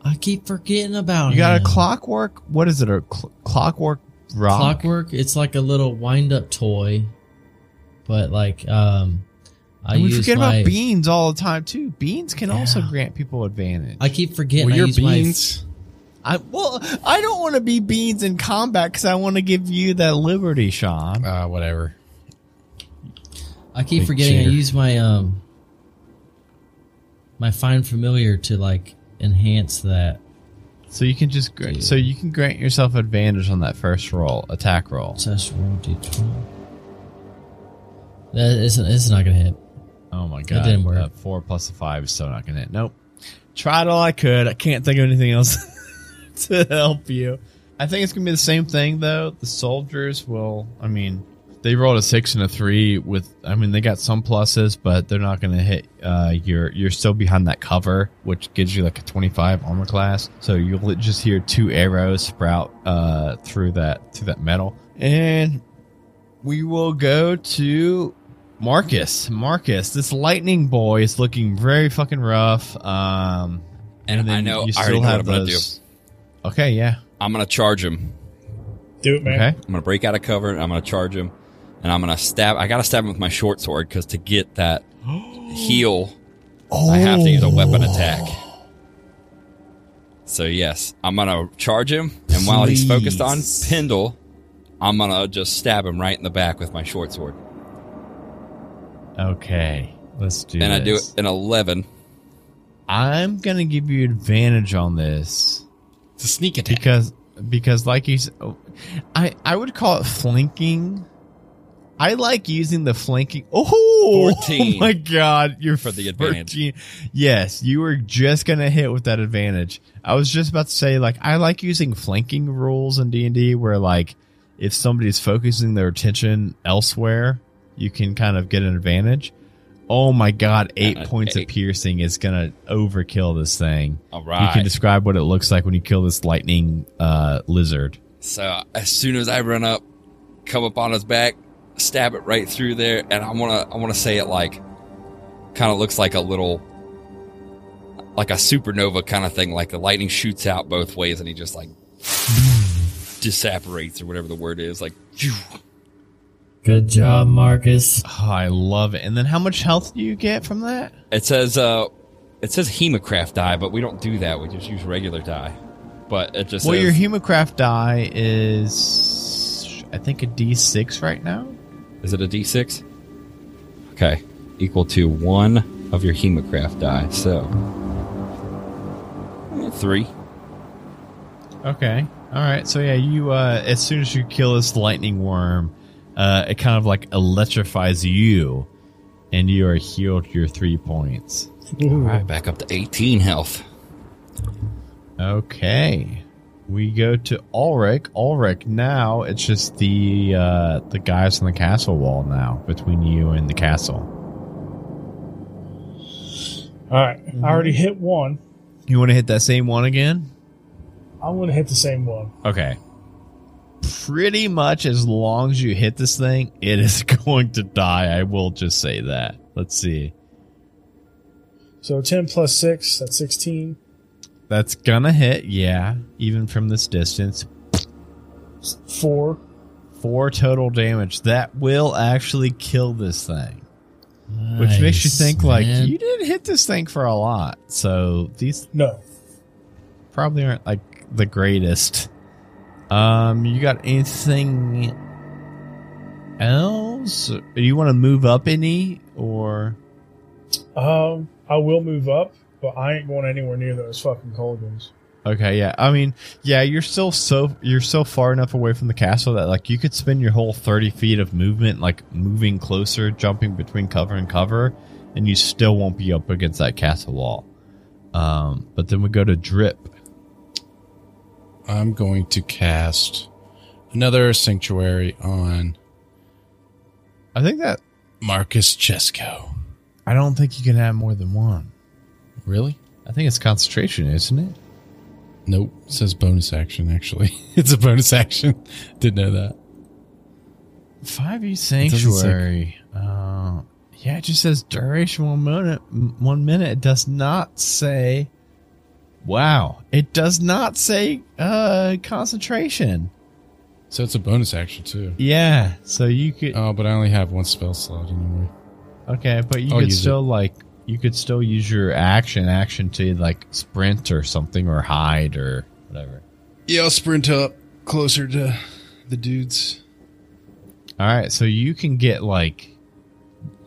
I keep forgetting about
You got a
him.
clockwork. What is it? A cl- clockwork rock.
Clockwork. It's like a little wind-up toy, but like um, I
And we
use
forget
my.
about beans all the time too. Beans can also
Yeah.
grant people advantage.
I keep forgetting.
well,
I
your
use my-
beans.
I, well, I don't want to be beans in combat because I want to give you that liberty, Sean.
uh, whatever.
I keep
Big
forgetting.
cheater.
I use my um. my find familiar to like enhance that.
So you can just gra- so you can grant yourself advantage on that first roll, attack roll.
So that's roll d12. That isn't. It's not gonna hit.
Oh my god,
That didn't work.
A four plus a five is still not gonna hit. Nope. Tried all I could. I can't think of anything else (laughs) to help you. I think it's gonna be the same thing though. The soldiers will. I mean, they rolled a six and a three with. I mean, they got some pluses, but they're not gonna hit. Uh, you're you're still behind that cover, which gives you like a twenty five armor class. So you'll li- just hear two arrows sprout uh through that through that metal, and we will go to Marcus, Marcus, this lightning boy is looking very fucking rough. Um,
And, I
then
know
you
I already
still
know what
have
I'm going to do.
those- Okay, yeah.
I'm going to charge him.
Do it, man.
Okay,
I'm going to break out of cover and I'm going to charge him. And I'm going to stab. I got to stab him with my short sword because to get
(gasps)
that heal, I have to use a weapon attack. So, yes, I'm going to charge him. And while he's focused on
Please.
Pendle, I'm going to just stab him right in the back with my short sword.
okay. Let's do.
and I do
this.
it in 11.
I'm gonna give you advantage on this
It's a sneak attack.
because because like you, s- I I would call it flanking. I like using the flanking. Oh,
14.
oh my god, you're
For the advantage.
14. Yes, you were just gonna hit with that advantage. I was just about to say like I like using flanking rules in D and D where like if somebody's focusing their attention elsewhere, you can kind of get an advantage. Oh my god, eight
Uh,
points
eight.
of piercing is gonna overkill this thing.
All
You
right.
can describe what it looks like when you kill this lightning uh, lizard.
So as soon as I run up, come up on his back, stab it right through there, and I wanna I wanna say it like kind of looks like a little like a supernova kind of thing, like the lightning shoots out both ways and he just like disapparates or whatever the word is, like phew.
Good job, Marcus.
Oh, I love it. And then how much health do you get from that?
it says uh it says hemocraft die, but we don't do that. We just use regular die. But it just
well,
says,
your hemocraft die is, I think, a D6 right now.
Is it a d6? Okay. Equal to one of your hemocraft die. So. eh, Three.
Okay. All right. So yeah, you uh, as soon as you kill this lightning worm, uh, it kind of like electrifies you, and you are healed your three points.
Ooh.
All right, back up to 18 health.
Okay. We go to Ulrich. Ulrich, now it's just the uh, the guys on the castle wall now between you and the castle.
All right. I already hit one.
You want to hit that same one again?
I'm going to hit the same one.
Okay. Pretty much as long as you hit this thing, it is (laughs) going to die. I will just say that. Let's see.
So 10 plus 6, that's 16.
That's gonna hit, yeah, even from this distance.
4.
Four total damage. That will actually kill this thing. Which makes you
Nice,
think like
man.
you didn't hit this thing for a lot. So these
No.
probably aren't like the greatest. Um, you got anything else? Do you want to move up any or?
Um, I will move up, but I ain't going anywhere near those fucking cauldrons.
Okay, yeah. I mean, yeah, you're still so you're so far enough away from the castle that like you could spend your whole thirty feet of movement like moving closer, jumping between cover and cover, and you still won't be up against that castle wall. Um, but then we go to drip.
I'm going to cast another sanctuary on
I think that
Marcus Chesko.
I don't think you can have more than one.
Really?
I think it's concentration, isn't it?
Nope. It says bonus action, actually. (laughs) it's a bonus action. (laughs) Didn't know that.
Five E
doesn't say-
Sanctuary. Uh, yeah, it just says duration one minute. m- One minute. It does not say. Wow, it does not say uh concentration.
So it's a bonus action, too.
Yeah, so you could
Oh, but I only have one spell slot anyway.
okay, but you
I'll
could
use
still like you could still use your action action to like sprint or something or hide or whatever.
Yeah, I'll sprint up closer to the dudes.
All right, so you can get like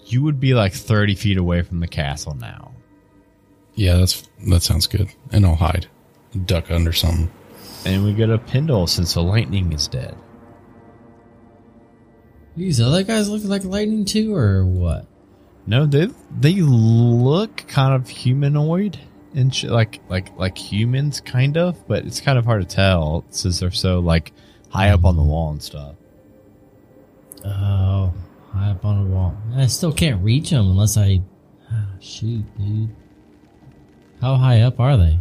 you would be like thirty feet away from the castle now.
Yeah, that's that sounds good. And I'll hide, duck under something.
And we go to Pindle since the lightning is dead.
These other guys looking like lightning too, or what?
No, they they look kind of humanoid and sh- like like like humans kind of, but it's kind of hard to tell since they're so like high up on the wall and stuff.
Oh, high up on a wall. I still can't reach them unless I. (sighs) Ah, shoot, dude. How high up are they?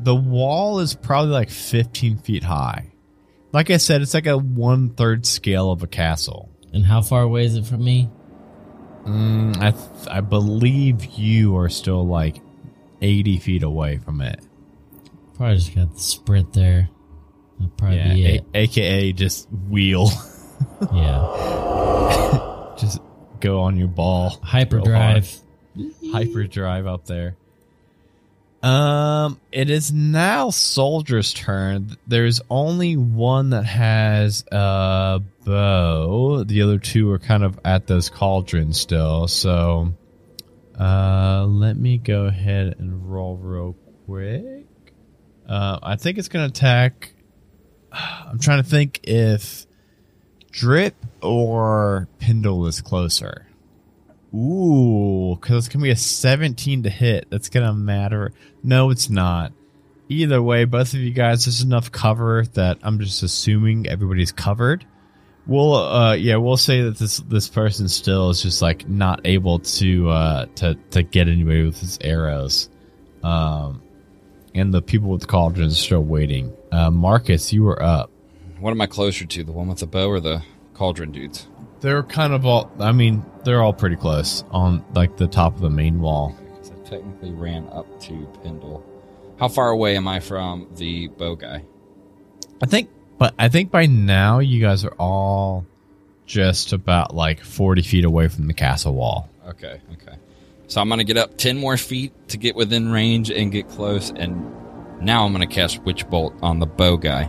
The wall is probably like 15 feet high. Like I said, it's like a one third scale of a castle.
And how far away is it from me?
Mm, I th- I believe you are still like 80 feet away from it.
Probably just got the sprint there. That'd probably
Yeah,
be
(laughs)
it.
a- aka just wheel,
yeah.
just (laughs) go on your ball.
Hyperdrive.
hyperdrive up there. Um, it is now soldier's turn. There's only one that has a bow. The other two are kind of at those cauldrons still. So, uh, let me go ahead and roll real quick. Uh, I think it's gonna attack. (sighs) I'm trying to think if Drip or Pindle is closer. Ooh, because it's gonna be a 17 to hit. That's gonna matter. No, it's not. Either way, both of you guys, there's enough cover that I'm just assuming everybody's covered. We'll, uh, yeah, we'll say that this this person still is just like not able to uh to to get anybody with his arrows, um, and the people with the cauldrons are still waiting. Uh, Marcus, you were up.
What am I closer to, the one with the bow or the cauldron dudes?
They're kind of all. I mean, they're all pretty close on like the top of the main wall.
Because I technically ran up to Pendle. How far away am I from the bow guy?
I think, but I think by now you guys are all just about like 40 feet away from the castle wall.
Okay, okay. So I'm going to get up 10 more feet to get within range and get close. And now I'm going to cast Witch Bolt on the bow guy.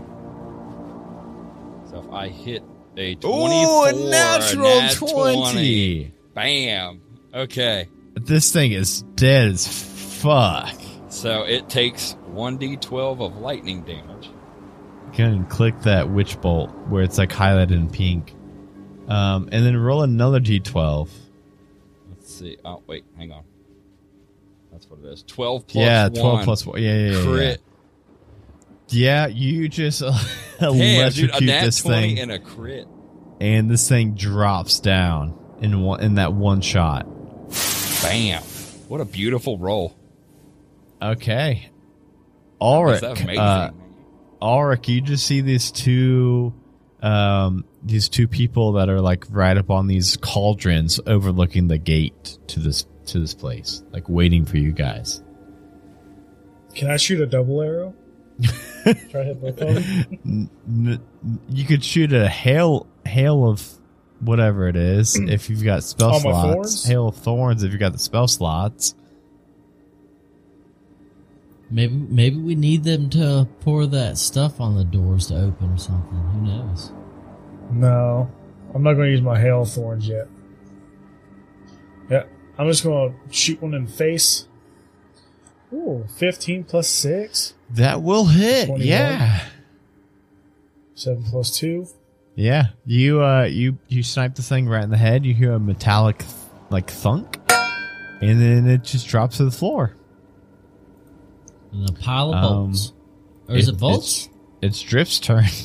So if I hit a 24, a nat 20. Bam. Okay.
This thing is dead as fuck.
So it takes 1d12 of lightning damage.
Go ahead and click that witch bolt where it's like highlighted in pink. Um, and then roll another d12.
Let's see. Oh, wait. Hang on. That's what it is. 12 plus
yeah, 12
one.
plus 1. Yeah, yeah, yeah.
Crit.
Yeah, Yeah, you just (laughs)
Damn, dude,
electrocute
a nat
this
20
thing.
and a crit.
and this thing drops down in one in that one shot.
Bam. What a beautiful roll.
Okay. Ulrich,
That's amazing.
uh, Ulrich, you just see these two, um, these two people that are like right up on these cauldrons, overlooking the gate to this to this place, like waiting for you guys.
Can I shoot a double (laughs) arrow? Try to hit both of them.
N- n- you could shoot a hail hail of whatever it is if you've got spell
All my
slots.
thorns?
Hail of thorns if you got the spell slots.
Maybe maybe we need them to pour that stuff on the doors to open or something. Who knows?
No, I'm not going to use my hail thorns yet. Yeah, I'm just going to shoot one in the face. Ooh, 15 plus 6,
That will hit.
21.
Yeah.
7 plus 2.
Yeah, you uh, you you snipe the thing right in the head. You hear a metallic th- like thunk, and then it just drops to the floor.
And a pile of
Um,
bolts. Or is
it-
it, bolts?
It's Drift's turn. (laughs)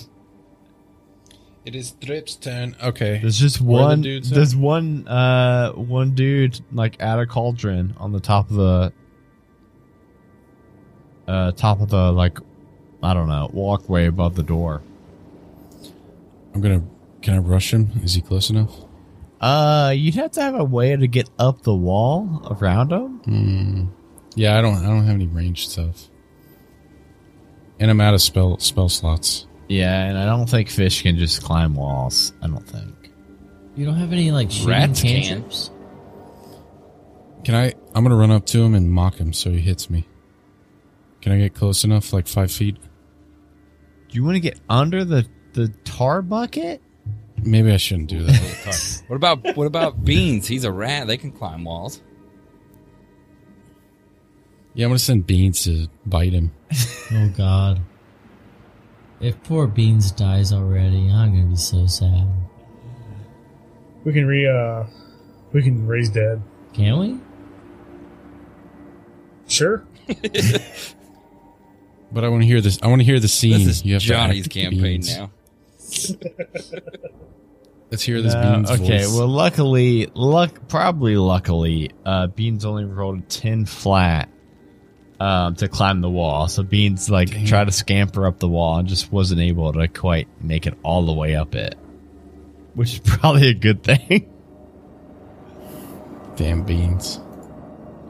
It is Drip's turn. Okay.
There's just
Where the
one.
dudes at?
there's one uh one dude like at a cauldron on the top of the uh top of the like I don't know walkway above the door.
I'm gonna. Can I rush him? Is he close enough?
Uh, you'd have to have a way to get up the wall around him.
Hmm. Yeah, I don't. I don't have any range stuff. And I'm out of spell spell slots.
Yeah, and I don't think fish can just climb walls. I don't think.
You don't have any like shooting
Rats can.
cantrips?
Can I? I'm gonna run up to him and mock him so he hits me. Can I get close enough, like five feet?
Do you want to get under the the tar bucket?
Maybe I shouldn't
(laughs)
do that.
what about what about Beans? He's a rat. They can climb walls.
Yeah, I'm gonna send Beans to bite him.
Oh God. If poor Beans dies already, I'm gonna be so sad.
We can re uh we can raise dead.
Can we?
Sure.
But I want to hear this. I want to hear the scene.
This is
You have to
Johnny's
act
campaign
Beans.
now.
Let's hear this
Uh,
Beans
okay,
voice.
well, luckily, luck probably luckily, uh, Beans only rolled a ten flat um, to climb the wall. So Beans like tried to scamper up the wall and just wasn't able to quite make it all the way up it, which is (laughs) probably a good thing.
damn Beans.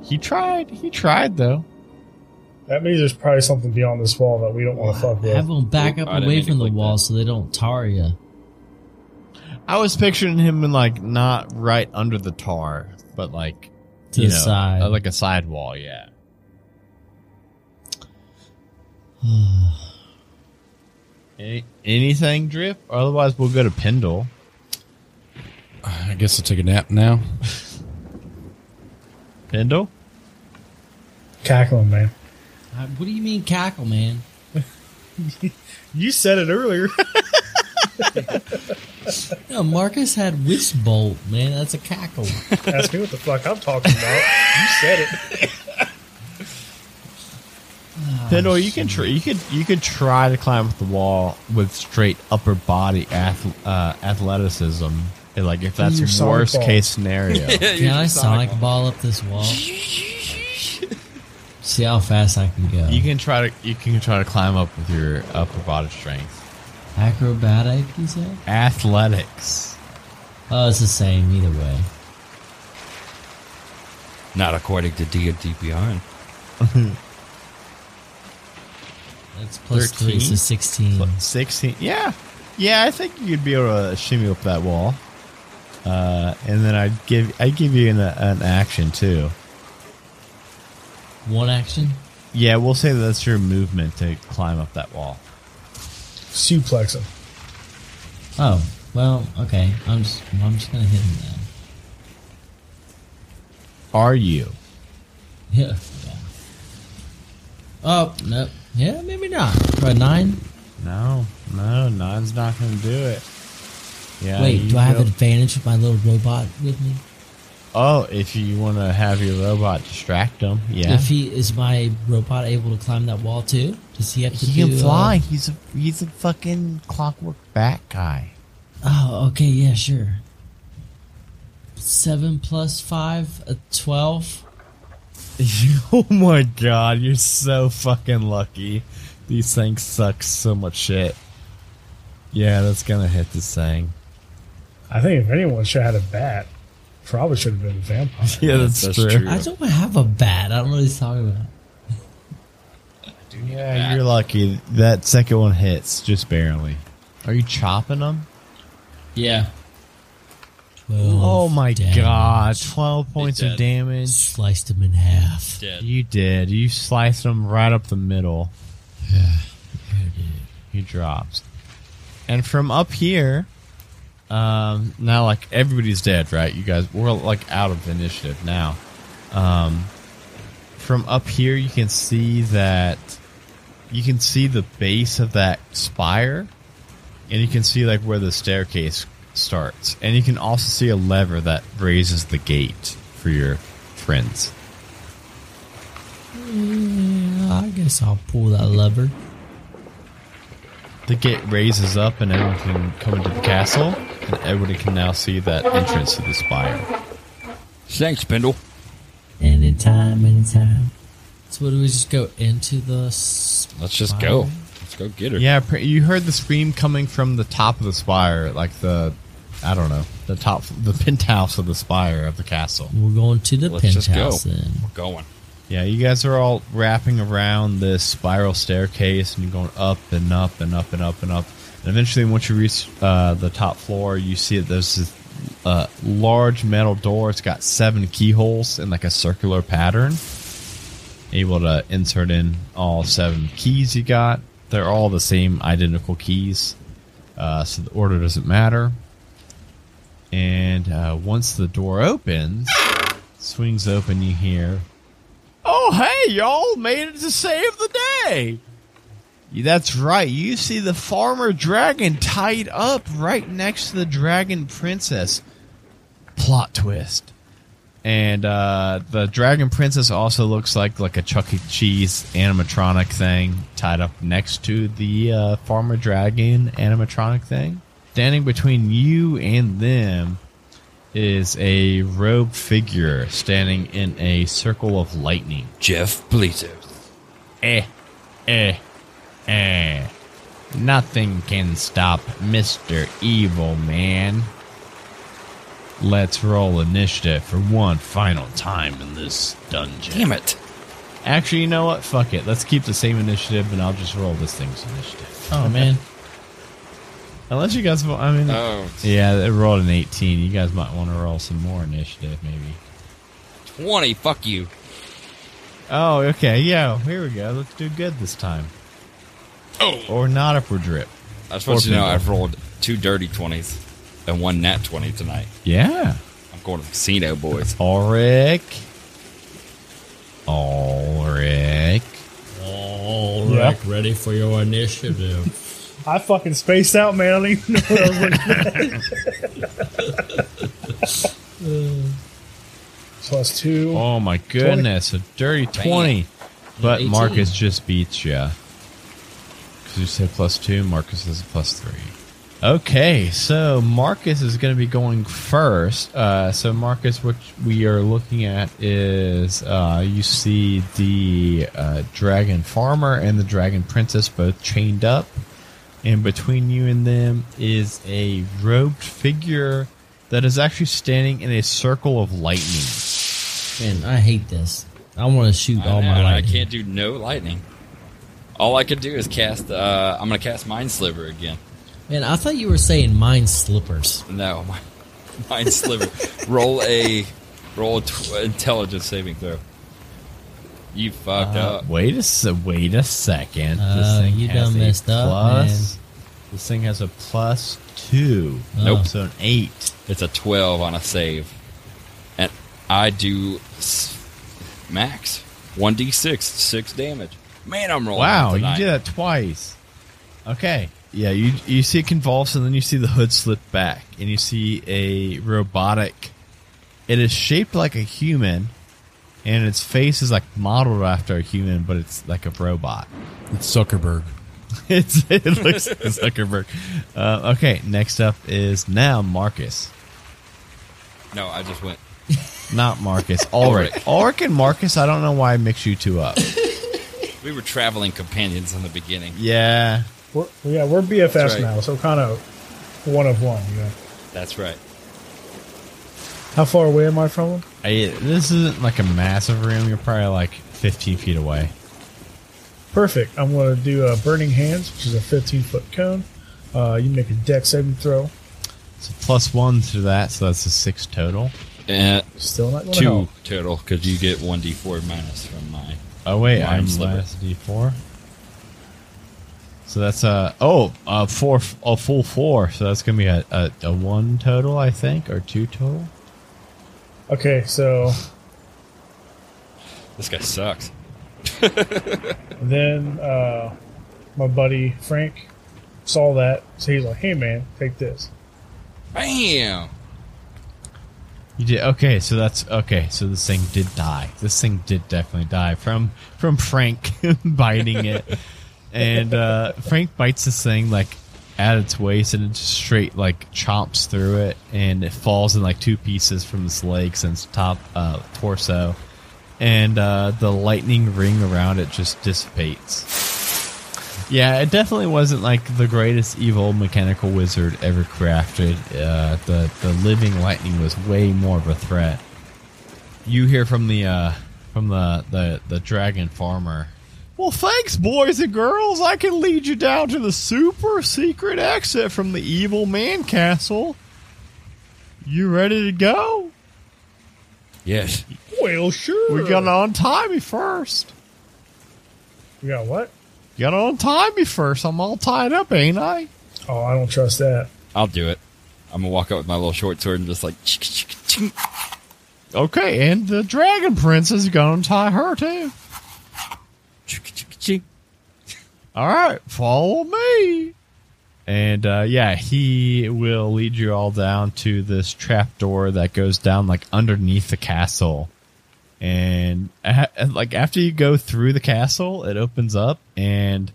he tried. He tried though.
That means there's probably something beyond this wall that we don't want to fuck
Have
with.
them back
Oop,
up
I didn't
away
mean to
from the
click
wall
that.
so they don't tar you.
I was picturing him in like not right under the tar, but like
To
you
the
know,
side.
uh, like a side wall. Yeah.
(sighs)
Any, anything drip? Otherwise, we'll go to Pendle.
I guess I'll take a nap now.
Pendle.
Cackling, man.
Uh, What do you mean cackle, man?
You said it
(laughs)
earlier.
No, Marcus had witch bolt, man. That's a
(laughs)
cackle.
Ask me what the fuck I'm talking about. You said it.
Ah,
Pendle, you can tr- you could you could try to climb up the wall with straight upper body ath- uh, athletiticism. And, like if that's
Your sonic
worst
ball.
case
(laughs)
scenario.
Can I Sonic ball up this
(laughs)
wall? See how fast I can go.
You can try to you can try to climb up with your upper body strength.
Acrobatic, you say?
Athletics.
Oh, it's the same either way.
Not according to D&D Beyond.
That's plus three, so
13?
sixteen.
What, 16 yeah yeah i think you'd be able to shimmy up that wall uh, and then i'd give i'd give you an, an action too
One action.
yeah we'll say that's your movement to climb up that wall
Suplex him.
Oh, well, okay. I'm just, I'm just gonna hit him then.
are you
Yeah. yeah. Oh no. Yeah, maybe not. For a nine.
no no nine's not gonna do it yeah
Wait,
you
do I have
feel-
advantage with my little robot with me?
oh if you want to have your robot distract him yeah
If he is my robot able to climb that wall too? Does he have to?
he can
do, uh,
fly he's a he's a fucking clockwork bat guy
oh, okay. Yeah, sure. Seven plus five, a twelve.
(laughs) oh my god, you're so fucking lucky. These things suck so much shit. Yeah, that's gonna hit this thing.
I think if anyone should have had a bat, probably should have been a vampire.
Yeah, that's,
That's
true.
true.
I don't have a bat. I don't know what he's talking about.
Yeah, you're lucky. That second one hits just barely. Are you chopping them?
Yeah.
Oh, my
damage.
god, 12 points of
dead.
damage.
Sliced him in half.
Dead.
You did. You sliced them right up the middle. he drops. And from up here, um, now like everybody's dead, right? You guys, we're like out of initiative now. Um, from up here, you can see that you can see the base of that spire, and you can see like where the staircase starts, and you can also see a lever that raises the gate for your friends.
Yeah, I guess I'll pull that lever.
The gate raises up and everyone can come into the castle, and everybody can now see that entrance to the spire.
Thanks, Spindle.
Anytime, anytime. So what do we just go into the? s-
Let's just
Wow.
go. Let's go get her.
Yeah, pr- you heard the scream coming from the top of the spire, like the, I don't know, the top, the (laughs) penthouse of the spire of the castle.
We're going to the
Let's just go.
penthouse then.
We're going.
Yeah, you guys are all wrapping around this spiral staircase, and you're going up and up and up and up and up. And eventually, once you reach uh, the top floor, you see that there's this uh, large metal door. It's got seven keyholes in like a circular pattern. Able to insert in all seven keys you got. They're all the same identical keys, uh, so the order doesn't matter. And uh, once the door opens, swings open, you hear Oh, hey, y'all made it to save the day. Yeah, That's right. You see the farmer dragon tied up right next to the dragon princess. Plot twist. And uh, the dragon princess also looks like like a Chuck E. Cheese animatronic thing tied up next to the uh, farmer dragon animatronic thing. Standing between you and them is a robed figure standing in a circle of lightning.
Jeff Bleater.
Eh, eh, eh. Nothing can stop Mr. Evil Man. Let's roll initiative for one final time in this dungeon.
Damn it.
Actually, you know what? Fuck it. Let's keep the same initiative and I'll just roll this thing's initiative. Um,
Oh man,
Unless you guys want, I mean.
Oh,
Yeah, it rolled an 18. You guys might want to roll some more initiative, maybe.
20. Fuck you.
Oh, okay. Yeah, here we go. Let's do good this time.
Oh.
Or not if we're drip.
I supposed
Four
to know
people.
I've rolled two dirty 20s and one nat 20 tonight.
Yeah.
I'm going to the casino, boys.
Ulrich. Ulrich.
all
Yeah.
right, ready for your initiative.
I fucking spaced out, man. I don't even know what I was looking at. Plus two.
Oh my goodness, a dirty 20. But
18.
Marcus just beats ya. Because you said plus two, Marcus is plus three. Okay, so Marcus is going to be going first. Uh, so, Marcus, what we are looking at is uh, you see the uh, dragon farmer and the dragon princess both chained up. And between you and them is a robed figure that is actually standing in a circle of lightning.
man, I hate this. I want to shoot all
Oh,
I, know,
my
and I
life.
can't do no lightning. All I can do is cast, uh, I'm going to cast Mind Sliver again.
Man, I thought you were saying mine slippers.
No, Mind, (laughs) mind Sliver. roll a, roll a tw- intelligence saving throw. You fucked up.
Uh, Wait a se- wait a second.
Oh, you done messed up,
This thing has a plus two. Oh,
Nope.
So an eight.
It's a 12 on a save. And I do s- max 1d6, 6 damage. Man, I'm
Oh,
rolling.
Wow, you
tonight.
did that twice. Okay. Yeah, you you see it convulse and then you see the hood slip back and you see a robotic. It is shaped like a human, and its face is like modeled after a human, but it's like a robot. (laughs)
It's Zuckerberg.
It's, it looks like Zuckerberg. Uh, okay, next up is now Marcus.
No, I just went.
Not Marcus. Ulrich. (laughs) Ulrich and Marcus, I don't know why I mix you two up.
We were traveling companions in the beginning.
Yeah.
We're, yeah, we're BFS
That's right.
now, so kind of one of one. You know.
That's right.
How far away am I from him?
I, this isn't like a massive room. You're probably like 15 feet away.
Perfect. I'm going to do a Burning Hands, which is a 15 foot cone. Uh, you make a deck saving throw.
So plus one to that, so that's a six total.
Uh,
Still not going to
two
help.
total, because you get 1d4 minus from mine.
Oh, wait,
Mine
I'm
sliver.
minus d4. So that's a oh a four a full four so that's gonna be a, a, a one total I think or two total
Okay, so
This guy sucks.
then uh, my buddy Frank saw that, so he's like, "Hey man, take this."
Bam!
you did okay so that's okay so this thing did die this thing did definitely die from from Frank (laughs) biting it and uh, Frank bites this thing like at its waist and it just straight like chomps through it and it falls in like two pieces from its legs and its top uh, torso and uh, the lightning ring around it just dissipates. Yeah, it definitely wasn't like the greatest evil mechanical wizard ever crafted. Uh, the the living lightning was way more of a threat. You hear from the uh, from the, the the dragon farmer. Well, thanks, boys and girls. I can lead you down to the super secret exit from the evil man castle. You ready to go?
Yes.
Well, sure.
We got on timey first.
We got what?
You got on timey first. I'm all tied up, ain't I?
Oh, I don't trust that.
I'll do it. I'm going to walk up with my little short sword and just like.
Okay, and the dragon prince is gonna tie her too. All right, follow me. And uh, yeah, he will lead you all down to this trap door that goes down like underneath the castle. And a- and, like after you go through the castle, it opens up, and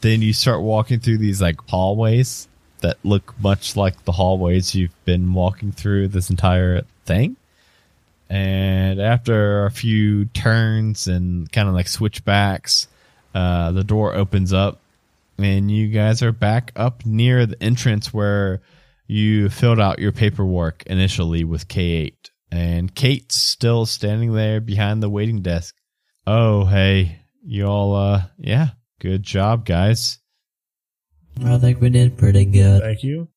then you start walking through these like hallways that look much like the hallways you've been walking through this entire thing. And after a few turns and kind of like switchbacks, uh, the door opens up, and you guys are back up near the entrance where you filled out your paperwork initially with K8. And Kate's still standing there behind the waiting desk. Oh, hey, y'all, uh, yeah, good job, guys.
I think we did pretty good.
Thank you.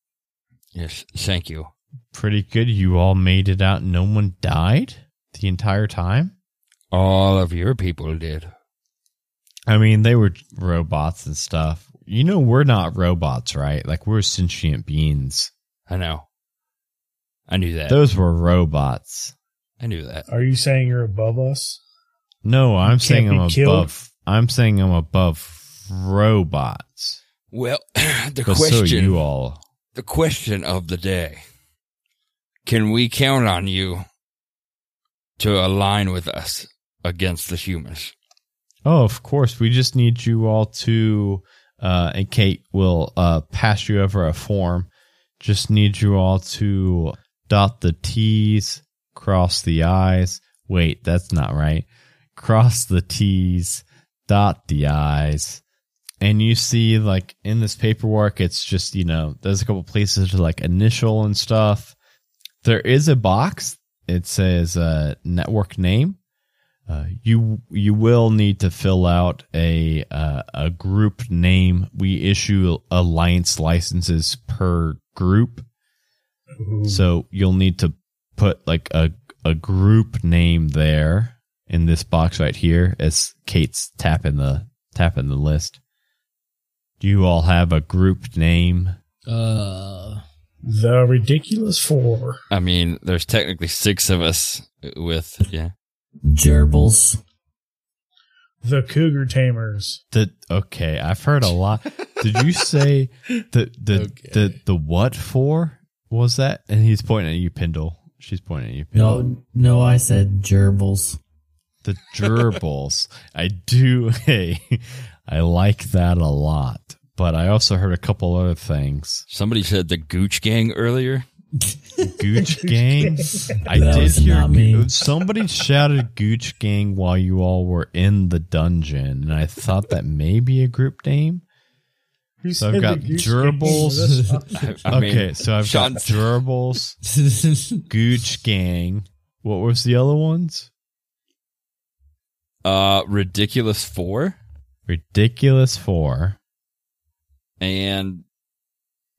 Yes, thank you.
Pretty good. You all made it out. No one died the entire time.
All of your people did.
I mean, they were robots and stuff. You know, we're not robots, right? Like, we're sentient beings.
I know. I knew that.
Those were robots.
I knew that.
Are you saying you're above us?
No, I'm
can't
saying
be
I'm
killed?
above. I'm saying I'm above robots.
Well, (clears throat) the
But
question
so you all.
the question of the day. Can we count on you to align with us against the humans?
Oh, of course. We just need you all to, uh, and Kate will uh, pass you over a form. Just need you all to dot the T's, cross the I's. Wait, that's not right. Cross the T's, dot the I's. And you see, like, in this paperwork, it's just, you know, there's a couple places to like initial and stuff. There is a box. It says uh, network name. Uh, you you will need to fill out a uh, a group name. We issue alliance licenses per group, so you'll need to put like a a group name there in this box right here. As Kate's tapping the tapping the list. Do you all have a group name?
Uh,
The ridiculous four.
I mean, there's technically six of us with yeah.
gerbils.
The cougar tamers.
The okay, I've heard a lot. Did you say the
(laughs)
the the the what for was that? And he's pointing at you, Pindle. She's pointing at you. Pindle.
No, no, I said gerbils.
The
(laughs)
gerbils. I do. (laughs) Hey, I like that a lot. But I also heard a couple other things.
Somebody said the Gooch Gang earlier.
(laughs)
Gooch gang. I
That
did
was
hear
not me.
Goo- somebody shouted Gooch gang while you all were in the dungeon, and I thought that may be a group name.
Who
So I've
said
got
the
(laughs)
goose
gerbils.
gang?
I, I mean,
Okay, so I've got
Sean's-
gerbils. Gooch Gang. What was the other ones?
uh, ridiculous four,
Ridiculous Four.
and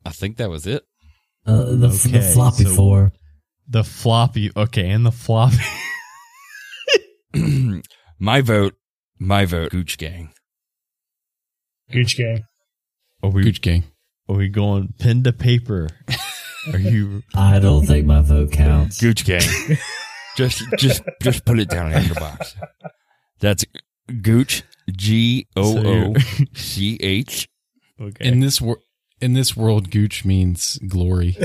I think that was it.
(laughs)
(clears throat)
Uh, the, the
Okay,
floppy
so-
four.
The floppy. Okay, and the floppy. (laughs)
my vote, my vote, Gooch Gang.
Gooch gang.
Are we
Gooch gang.
are we going pen to
(laughs)
paper? Are you
I don't think my vote counts.
Gooch Gang. (laughs) just, just, just put it down in the box. That's Gooch G O O C H.
okay?
In this wor- in this world, Gooch means glory,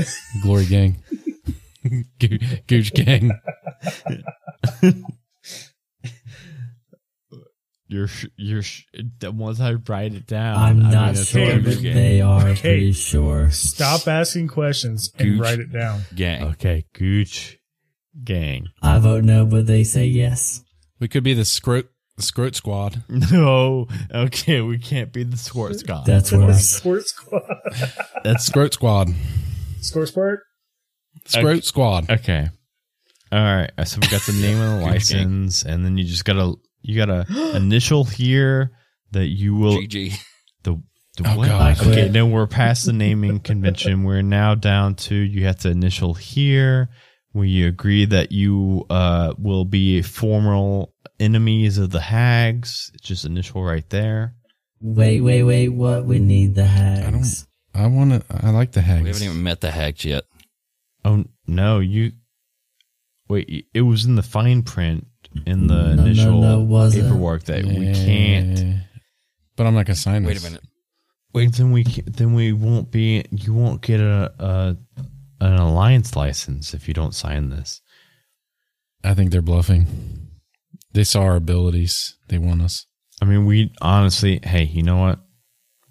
glory gang, (laughs) Goo- Gooch gang.
you're sh- you're sh- that once I write it down,
I'm
I mean,
not
that's
sure,
what
but
I'm-
Gooch gang.
they are pretty
Hey,
sure.
Stop asking questions and
Gooch.
write it down.
Gang. (laughs)
Okay, Gooch Gang. (laughs)
I vote no, but they say yes.
We could be the scrot the scrot squad.
No, okay, we can't be the Squirt Scott.
That's worse.
(laughs) Squirt squad.
That's
Scrot squad.
Squirt squirt.
Scrot squad.
Okay. All right. So we got
(laughs)
the name and the license, and then you just gotta you gotta (gasps) initial here that you will
GG.
the, the
Oh,
what?
God.
Okay. No, we're past the naming convention. (laughs) We're now down to you have to initial here. We agree that you uh, will be formal enemies of the hags. Just initial right there.
Wait, wait, wait. What? We need the
I
hags.
don't. I want to. I like the hags.
We haven't even met the hags yet.
Oh no, you. Oh, Wait, it was in the fine print in the
No, no,
initial
no, it wasn't.
paperwork that we can't.
Eh, But I'm not gonna sign
Wait
this.
a minute.
Wait, then we ca- then we won't be. You won't get a, a an alliance license if you don't sign this.
I think they're bluffing. They saw our abilities. They want us.
I mean, we honestly, hey, you know what?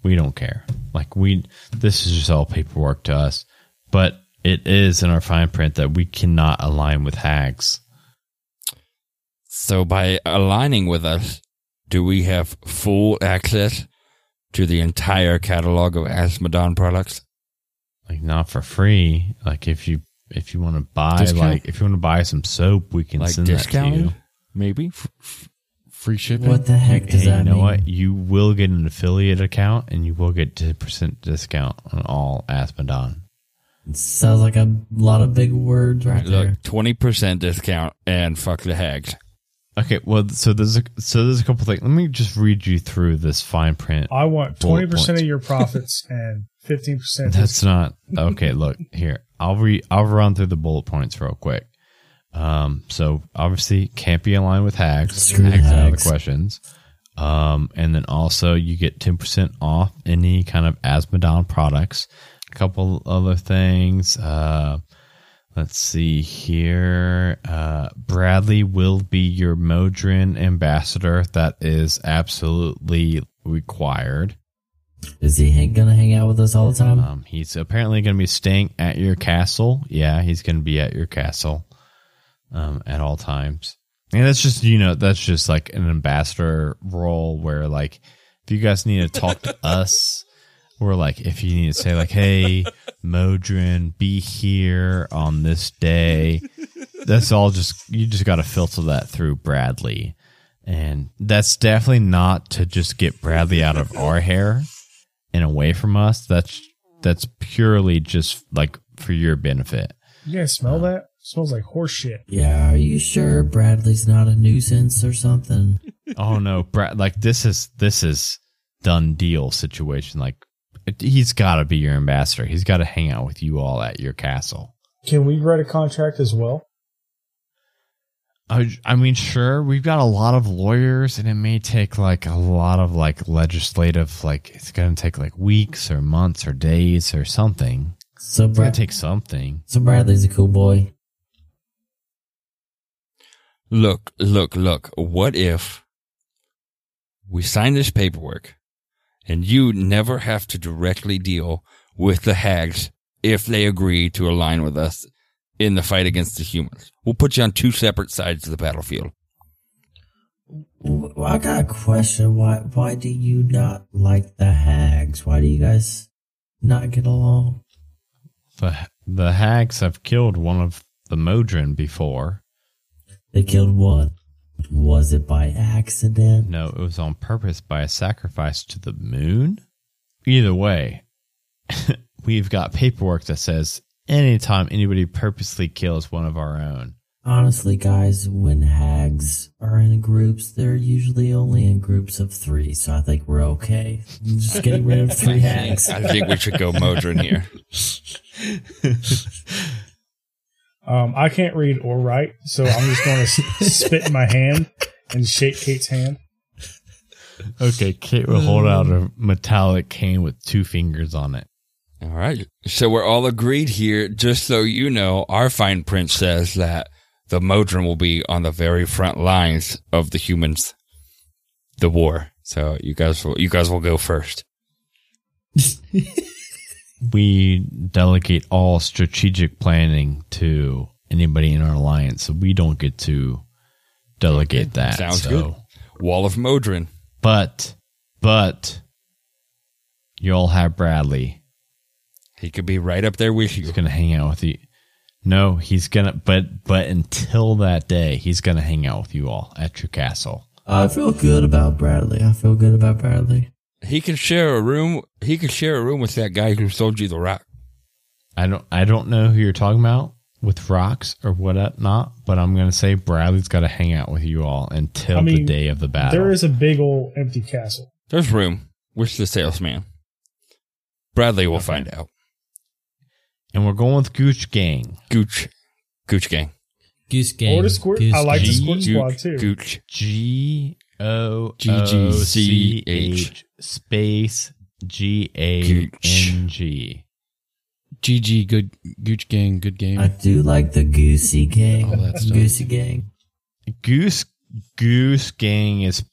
We don't care. Like we, this is just all paperwork to us. But it is in our fine print that we cannot align with hags.
So by aligning with us, do we have full access to the entire catalog of Asmodon products?
Like not for free. Like if you if you want to buy
Discount?
like if you want to buy some soap, we can
Like
send that to you.
discounted? Maybe.
Free shipping.
What the heck does
Hey,
that
you know
mean?
what? You will get an affiliate account, and you will get ten percent discount on all Asmodon.
Sounds like a lot of big words right, there.
Look, twenty percent discount and fuck the hags.
Okay, well, so there's a, so there's a couple things. Let me just read you through this fine print.
I want
Bullet
twenty percent
points.
of your profits (laughs) and fifteen percent.
That's not okay. Look here, I'll re I'll run through the bullet points real quick. Um, so obviously can't be aligned with hacks.
Screw
hacks out of the
hacks.
questions. Um, and then also you get ten percent off any kind of Asmodon products. A couple other things. Uh, let's see here. Uh, Bradley will be your Modrin ambassador. That is absolutely required.
Is he hang- gonna hang out with us all the time?
Um, he's apparently going to be staying at your castle. Yeah, he's going to be at your castle um, at all times. And that's just you know that's just like an ambassador role where like if you guys need to talk to us or like if you need to say like hey Modrin be here on this day that's all just you just got to filter that through Bradley and that's definitely not to just get Bradley out of our hair and away from us. That's that's purely just like for your benefit.
You guys smell that? smells like horse shit.
yeah, are you sure Bradley's not a nuisance or something?
oh no, (laughs) Brad! Like this is this is done deal situation. Like it- he's got to be your ambassador. He's got to hang out with you all at your castle.
Can we write a contract as well?
I, I mean, sure, we've got a lot of lawyers, and it may take like a lot of like legislative, like it's going to take like weeks or months or days or something.
So,
It's going
Brad-
to take something.
so Bradley's a cool boy.
Look, look, look. What if we sign this paperwork and you never have to directly deal with the hags if they agree to align with us in the fight against the humans? We'll put you on two separate sides of the battlefield.
Well, I got a question. Why why do you not like the hags? Why do you guys not get along?
The the hags have killed one of the Modrin before.
They killed one. Was it by accident?
No, it was on purpose by a sacrifice to the moon. Either way, (laughs) we've got paperwork that says anytime anybody purposely kills one of our own.
Honestly, guys, when hags are in groups, they're usually only in groups of three, so I think we're okay. Just getting rid of three
(laughs)
hags.
I think we should go Modrin here.
Um, I can't read or write, so I'm just going
(laughs)
to spit in my hand and shake Kate's hand.
Okay, Kate will hold out a metallic cane with two fingers on it.
All right. So we're all agreed here. Just so you know, our fine print says that the Modron will be on the very front lines of the humans, the war. So you guys will you guys will go first.
We delegate all strategic planning to anybody in our alliance, so we don't get to delegate that.
sounds
so.
good. Wall of Modron.
But, but, you'll have Bradley.
He could be right up there with you.
He's gonna hang out with you. No, he's gonna. But, but until that day, he's gonna hang out with you all at your castle.
I feel good about Bradley. I feel good about Bradley.
He could share a room. He could share a room with that guy who sold you the rock.
I don't. I don't know who you're talking about with rocks or what not. But I'm gonna say Bradley's gotta hang out with you all until
I mean,
the day of the battle.
There is a big old empty castle.
There's room with the salesman. Bradley will find out.
and we're going with Gooch Gang.
Gooch, Gooch gang.
Goose Gang.
Or the squirt-
Goose
I like the
Gang.
squirt squad too.
Gooch.
G O O C
G-G-C-H.
H space G A N G.
GG, good Gooch Gang, good game.
I do like the Goosey Gang.
All that stuff.
Goosey Gang.
Goose Goose Gang is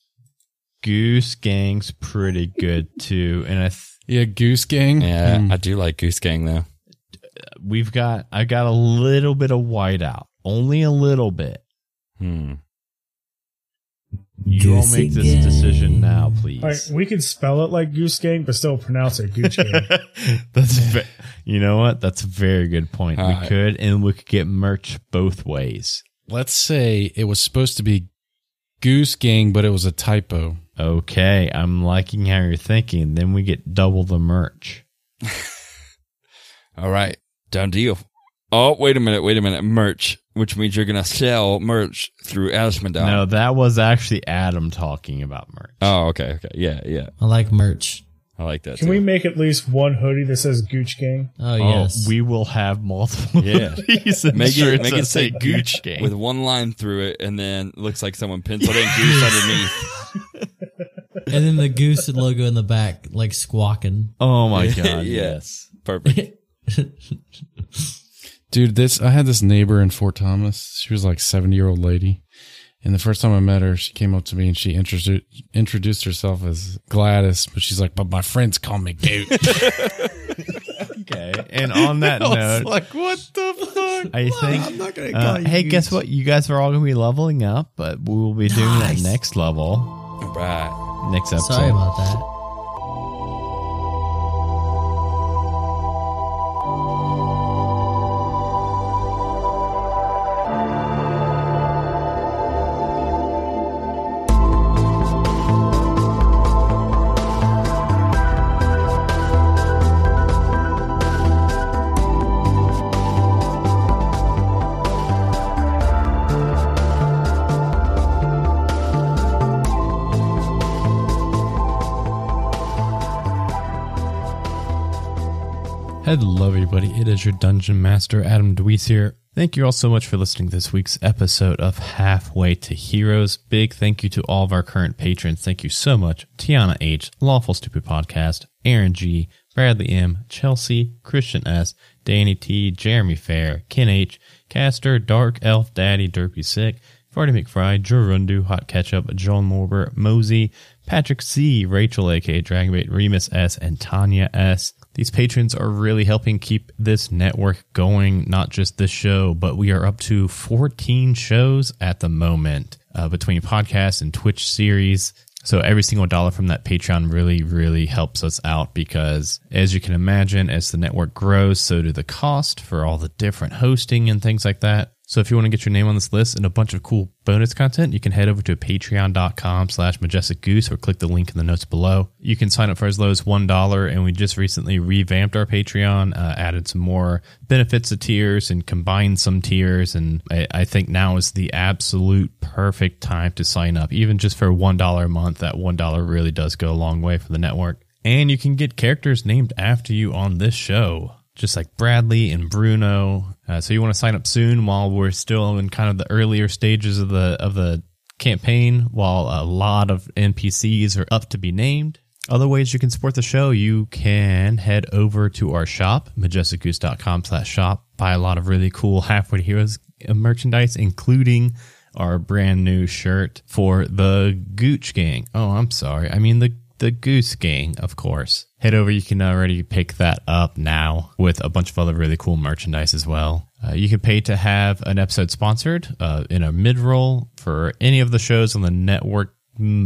Goose Gang's pretty good too, and I th-
yeah, Goose Gang.
Yeah,
Hmm.
Mm.
I do like Goose Gang though.
we've got I got a little bit of whiteout, only a little bit.
Hmm.
You all
Goosey
make this
Gang.
decision now, please.
All right, we can spell it like Goose Gang, but still pronounce
(laughs)
it Gooch
(laughs)
Gang.
That's ve- you know what? That's a very good point. we
Alright.
could and we could get merch both ways.
Let's say it was supposed to be Goose Gang, but it was a typo.
Okay, I'm liking how you're thinking. Then we get double the merch.
All right, done deal. Oh, wait a minute, wait a minute. Merch, which means you're gonna sell merch through Asmodon.
No, that was actually Adam talking about merch.
Oh, okay, okay, yeah, yeah.
I like merch.
I like that.
Can
too.
we make at least one hoodie that says Gooch Gang?
Oh, yes.
we will have multiple.
Yeah.
hoodies and
Make it,
shirts
make
that
it say
(laughs)
Gooch
Gang.
with one line through it, and then it looks like someone penciled in
(laughs)
Goose
Ah,
(laughs) underneath.
and then the Goose logo in the back, like squawking.
oh my god!
Yes.
yes.
Perfect.
(laughs)
Dude, this I had this neighbor in Fort Thomas. She was like seventy year old lady, and the first time I met her, she came up to me and she introduced introduced herself as Gladys, but she's like, "But my friends call me Goot."
Okay. And on that note,
like, what the
I think.
not gonna
uh, hey, guess what? You guys are all gonna be leveling up, but we will be doing
Nice.
that next level,
right.
next episode.
Sorry about that.
Hello, everybody. It is your Dungeon Master, Adam Deweese here. Thank you all so much for listening to this week's episode of Halfway to Heroes. Big thank you to all of our current patrons. Thank you so much. Tiana H, Lawful Stupid Podcast, Aaron G, Bradley M, Chelsea, Christian S, Danny T, Jeremy Fair, Ken H, Caster, Dark Elf, Daddy, Derpy Sick, Farty McFry, Jorundu, Hot Ketchup, John Morber, Mosey, Patrick C, Rachel aka Dragonbait, Remus S, and Tanya S. These patrons are really helping keep this network going, not just this show, but we are up to 14 shows at the moment uh, between podcasts and Twitch series. So every single dollar from that Patreon really, really helps us out because, as you can imagine, as the network grows, so do the cost for all the different hosting and things like that. So if you want to get your name on this list and a bunch of cool bonus content, you can head over to patreon.com slash majestic goose or click the link in the notes below. You can sign up for as low as $1 and we just recently revamped our Patreon, uh, added some more benefits to tiers and combined some tiers. And I, I think now is the absolute perfect time to sign up. Even just for $1 a month, that $1 really does go a long way for the network. And you can get characters named after you on this show just like Bradley and Bruno. Uh, so you want to sign up soon while we're still in kind of the earlier stages of the of the campaign, while a lot of NPCs are up to be named. Other ways you can support the show, you can head over to our shop, majesticgoose.com slash shop, buy a lot of really cool Halfway to Heroes uh, merchandise, including our brand new shirt for the Gooch Gang. Oh, I'm sorry. I mean the the Goose Gang, of course. Head over. You can already pick that up now with a bunch of other really cool merchandise as well. Uh, you can pay to have an episode sponsored uh, in a mid roll for any of the shows on the network.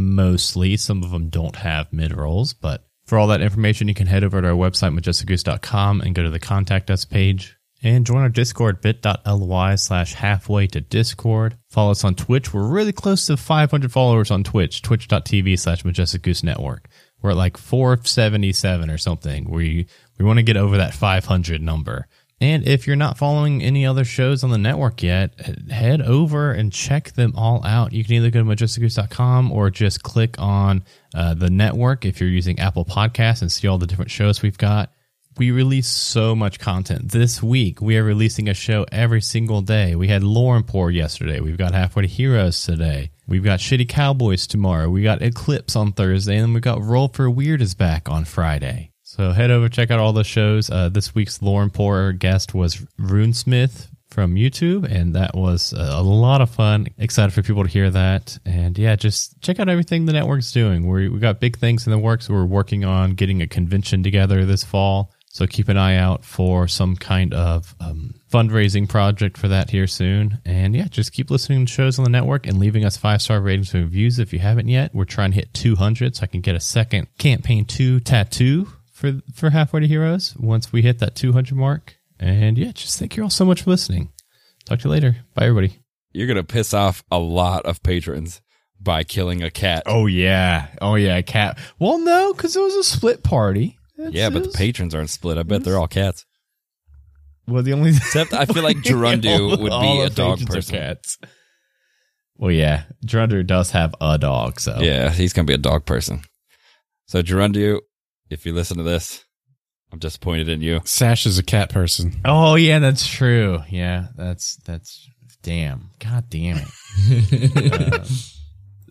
Mostly, some of them don't have mid rolls, but for all that information, you can head over to our website, majesticgoose.com, and go to the contact us page. And join our Discord, bit.ly slash halfway to Discord. Follow us on Twitch. We're really close to 500 followers on Twitch, twitch.tv slash Majestic Goose Network. We're at like 477 or something. We, we want to get over that 500 number. And if you're not following any other shows on the network yet, h- head over and check them all out. You can either go to majesticgoose.com or just click on uh, the network if you're using Apple Podcasts and see all the different shows we've got. we release so much content. This week, we are releasing a show every single day. We had Laurenpour yesterday. We've got Halfway to Heroes today. We've got Shitty Cowboys tomorrow. We got Eclipse on Thursday. And then we got Roll for Weird is back on Friday. So head over, check out all the shows. Uh, this week's Laurenpour guest was Runesmith from YouTube. And that was uh, a lot of fun. Excited for people to hear that. And yeah, just check out everything the network's doing. We, we got big things in the works. We're working on getting a convention together this fall. So keep an eye out for some kind of um, fundraising project for that here soon. And yeah, just keep listening to shows on the network and leaving us five star ratings and reviews if you haven't yet. We're trying to hit 200 so I can get a second campaign two tattoo for for halfway to heroes once we hit that 200 mark. And yeah, just thank you all so much for listening. Talk to you later. Bye everybody.
You're gonna piss off a lot of patrons by killing a cat.
Oh yeah, oh yeah, cat. Well, no, because it was a split party.
yeah, but the patrons aren't split. I bet they're all cats.
Well, the only
Except I
(laughs)
feel like Gerundu would be a dog person.
Cats. Well, yeah, Gerundu does have a dog, so
Yeah, he's gonna be a dog person. So Gerundu, if you listen to this, I'm disappointed in you.
Sash is a cat person.
Oh yeah, that's true. Yeah, that's that's damn. God damn it.
(laughs)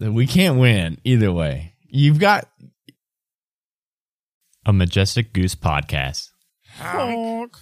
Uh, we can't win either way. You've got a majestic goose podcast.
Honk.